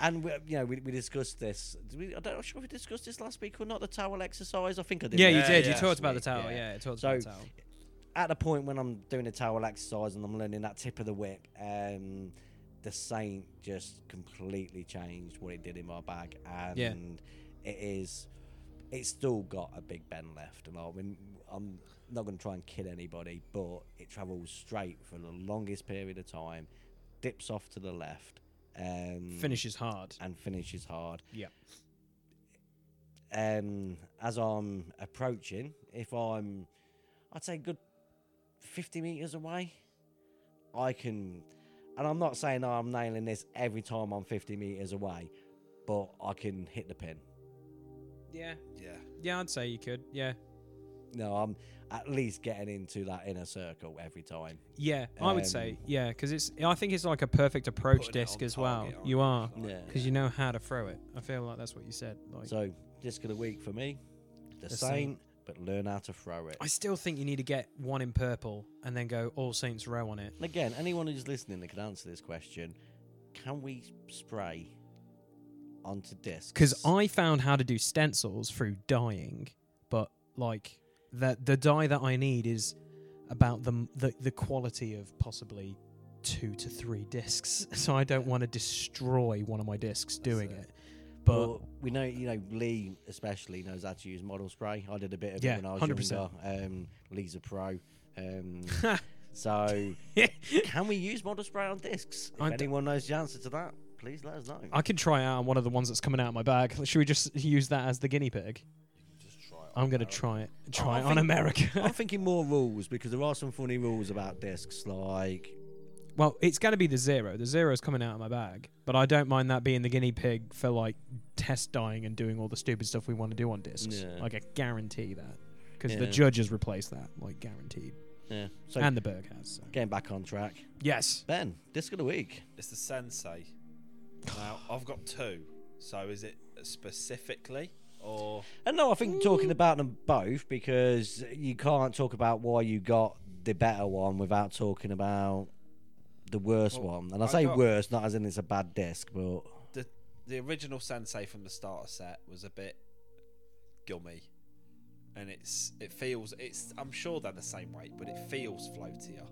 and we, you know, we, we discussed this. Did we, I don't, I'm sure if we discussed this last week or not. The towel exercise. I think I did. Yeah, it you Yeah, last did. You yeah. talked about the week, towel. Yeah, you talked So, about the towel. At the point when I'm doing a towel exercise and I'm learning that tip of the whip, um, the Saint just completely changed what it did in my bag, and it is. It's still got a big bend left, and I mean, I'm not going to try and kill anybody, but it travels straight for the longest period of time, dips off to the left, um, Finishes hard. and finishes hard Yeah. um, as I'm approaching, if I'm, I'd say good 50 meters away, I can, and I'm not saying I'm nailing this every time I'm 50 meters away, but I can hit the pin. Yeah. Yeah. Yeah, I'd say you could. Yeah. No, I'm at least getting into that inner circle every time. Yeah, I would say yeah, because it's. I think it's like a perfect approach Putting it disc on as well. target, aren't You you? are Yeah. because you know how to throw it. I feel like that's what you said. Like, So disc of the week for me, the, The same, same. but learn how to throw it. I still think you need to get one in purple and then go All Saints Row on it. And again, anyone who's listening that can answer this question, can we spray onto disc? Because I found how to do stencils through dyeing, but like that the dye that I need is about the the, the quality of possibly two to three discs. *laughs* So I don't want to destroy one of my discs doing it. But Well, we know, you know, Lee especially knows how to use model spray. I did a bit of Yeah, it when I was 100%. younger. Um, Lee's a pro. *laughs* Um, *laughs* so, can we use model spray on discs? If I d- anyone knows the answer to that, please let us know. I could try out on one of the ones that's coming out of my bag. Should we just use that as the guinea pig? Just try it. I'm gonna try it. Try it Oh, I on think- *laughs* America. I'm thinking more rules because there are some funny rules about discs. Like, well, it's gonna be the zero. The zero's coming out of my bag, but I don't mind that being the guinea pig for like test dying and doing all the stupid stuff we want to do on discs. Yeah. Like I guarantee that, because the Yeah. judge has replaced that, like guaranteed, yeah. So, and the Berg has. So. getting back on track, Yes. Ben, disc of the week. It's the sensei. Now, I've got two. So is it specifically or. And no, I think talking about them both because you can't talk about why you got the better one without talking about the worse Well, one. And I I say got- worse, not as in it's a bad disc, but the the original sensei from the starter set was a bit gummy and it's it feels it's i'm sure they're the same weight but it feels floatier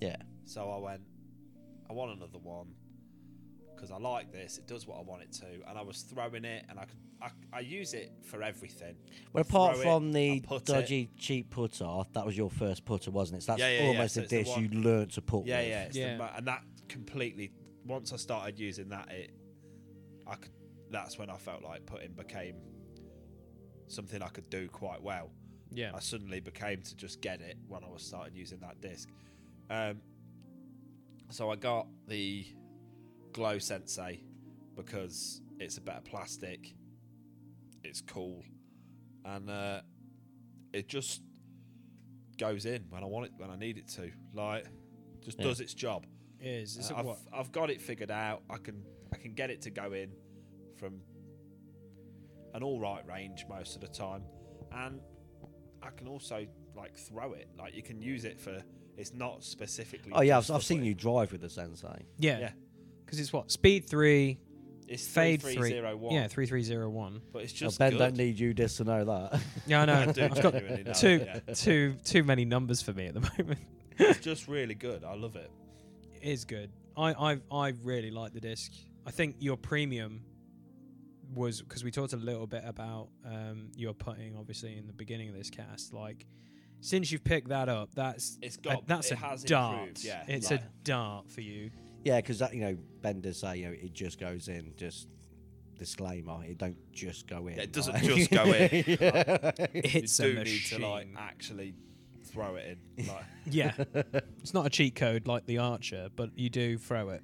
yeah, so i went i want another one because I like this. It does what I want it to, and I was throwing it, and I could I, I use it for everything. Well, apart Throw it, from I the put it. dodgy cheap putter, that was your first putter, wasn't it? So that's Yeah, yeah, yeah, almost so a it's the dish one- you learnt to put Yeah, with. yeah, it's the Yeah. ma- and that completely. Once I started using that, it, I could. That's when I felt like putting became something I could do quite well. Yeah. I suddenly became to just get it when I was started using that disc. Um, so I got the Glow Sensei because it's a better plastic. It's cool, and uh, it just goes in when I want it when I need it to. Like, just Yeah. does its job. It is. It's Uh, a I've, what? I've got it figured out. I can I can get it to go in from an all right range most of the time, and I can also like throw it. Like you can use it for. It's not specifically. Oh yeah, I've, just I've for seen putting- you drive with the sensei. Yeah. Yeah, Because it's what? Speed 3, it's fade 3. 3301, Yeah, 3301. but it's Now, just Oh, ben good. don't need you this to *laughs* know that. Yeah, I know. *laughs* I do I've got genuinely know, too, yeah. too, too many numbers for me at the moment. It's just really good. I love it. It is good. I, I, I really like the disc. I think your premium was because we talked a little bit about um, your putting, obviously, in the beginning of this cast. Like, since you've picked that up, that's It's a- got. that's it a has dart. improved. Yeah, it's like- a dart for you. yeah, because that you know Ben does say you know it just goes in. Just disclaimer, it don't just go in. Yeah, it doesn't like- just go in. *laughs* Yeah. It's *laughs* you a do need machine. to like actually throw it in. Like, *laughs* yeah, it's not a cheat code like the Archer, but you do throw it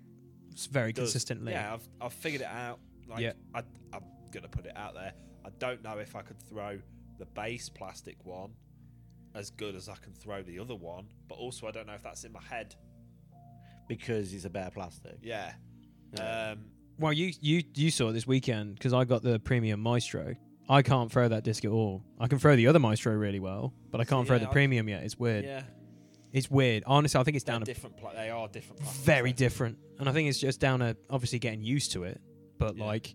s- very does- consistently. Yeah, I've, I've figured it out. Like, Yeah. I, I'm gonna put it out there. I don't know if I could throw the base plastic one as good as I can throw the other one, but also I don't know if that's in my head. because it's a better plastic. Yeah. Um, Well, you you you saw this weekend because I got the premium Maestro. I can't throw that disc at all. I can throw the other Maestro really well, but I can't throw yeah, the I- premium yet. It's weird. yeah. It's weird. Honestly, I think it's They're down to different. Pla- they are different. Plastics, very aren't different, and I think it's just down to obviously getting used to it. But Yeah. like,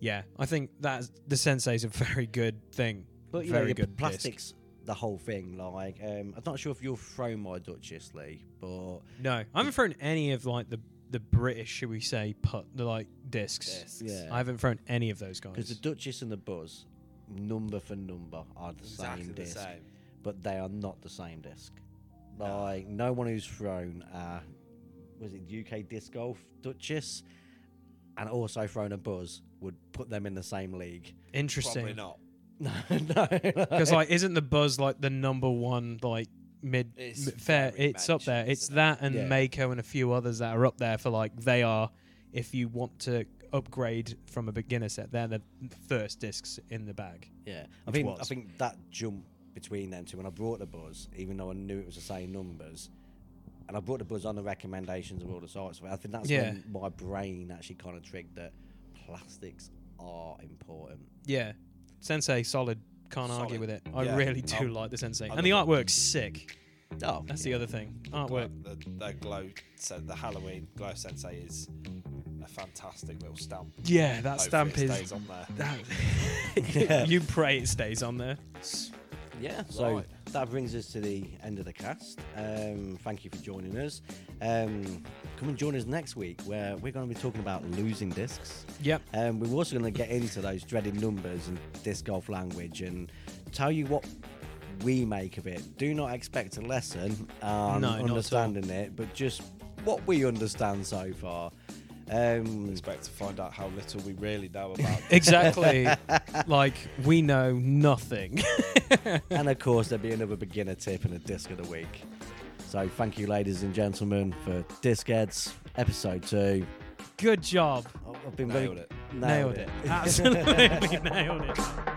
yeah, I think that's the Sensei's a very good thing. But you very know, the good disc. plastics, the whole thing. Like, um, I'm not sure if you'll throw my Duchess Lee, but No, I haven't thrown any of like the the British, should we say, put the like discs. discs. yeah, I haven't thrown any of those because the guys. Duchess and the Buzz, number for number, are the Exactly the same disc, same. but they are not the same disc. No. Like, no one who's thrown a was it UK disc golf Duchess, and also thrown a Buzz would put them in the same league. *laughs* Probably Interesting. not. No, no, *laughs* Because like, isn't the buzz like the number one like mid It's m- fair? very It's up there. mentioned, It's isn't it? that and Yeah. Mako and a few others that are up there for like they are. If you want to upgrade from a beginner set, they're the first discs in the bag. Yeah, I Which think I was. think that jump between them two when I brought the buzz, even though I knew it was the same numbers, and I brought the buzz on the recommendations of all the sites. I think that's Yeah. when my brain actually kind of triggered that plastics are important. Yeah, Sensei solid. Can't argue Solid. with it. I Yeah. really do Um, like the Sensei, I and the love artwork's sick. Oh, That's the other thing. Artwork. Like, the, the glow. So the Halloween glow sensei is a fantastic little stamp. Yeah, that Hopefully stamp it is. *laughs* stays on there. That, You pray it stays on *laughs* there. yeah. So Right. that brings us to the end of the cast. Um, thank you for joining us. Um, come and join us next week where we're going to be talking about losing discs. Yep. Um, we're also going to get into those dreaded numbers and disc golf language and tell you what we make of it. Do not expect a lesson on No, not at all. understanding it, but just what we understand so far. *laughs* Um, Expect to find out how little we really know about Exactly. like we know nothing. *laughs* and of course, there'll be another beginner tip and a disc of the week. So thank you, ladies and gentlemen, for Disc Heads episode two. Good job. Oh, I've been Nailed very- it. Nailed, it. Absolutely nailed it.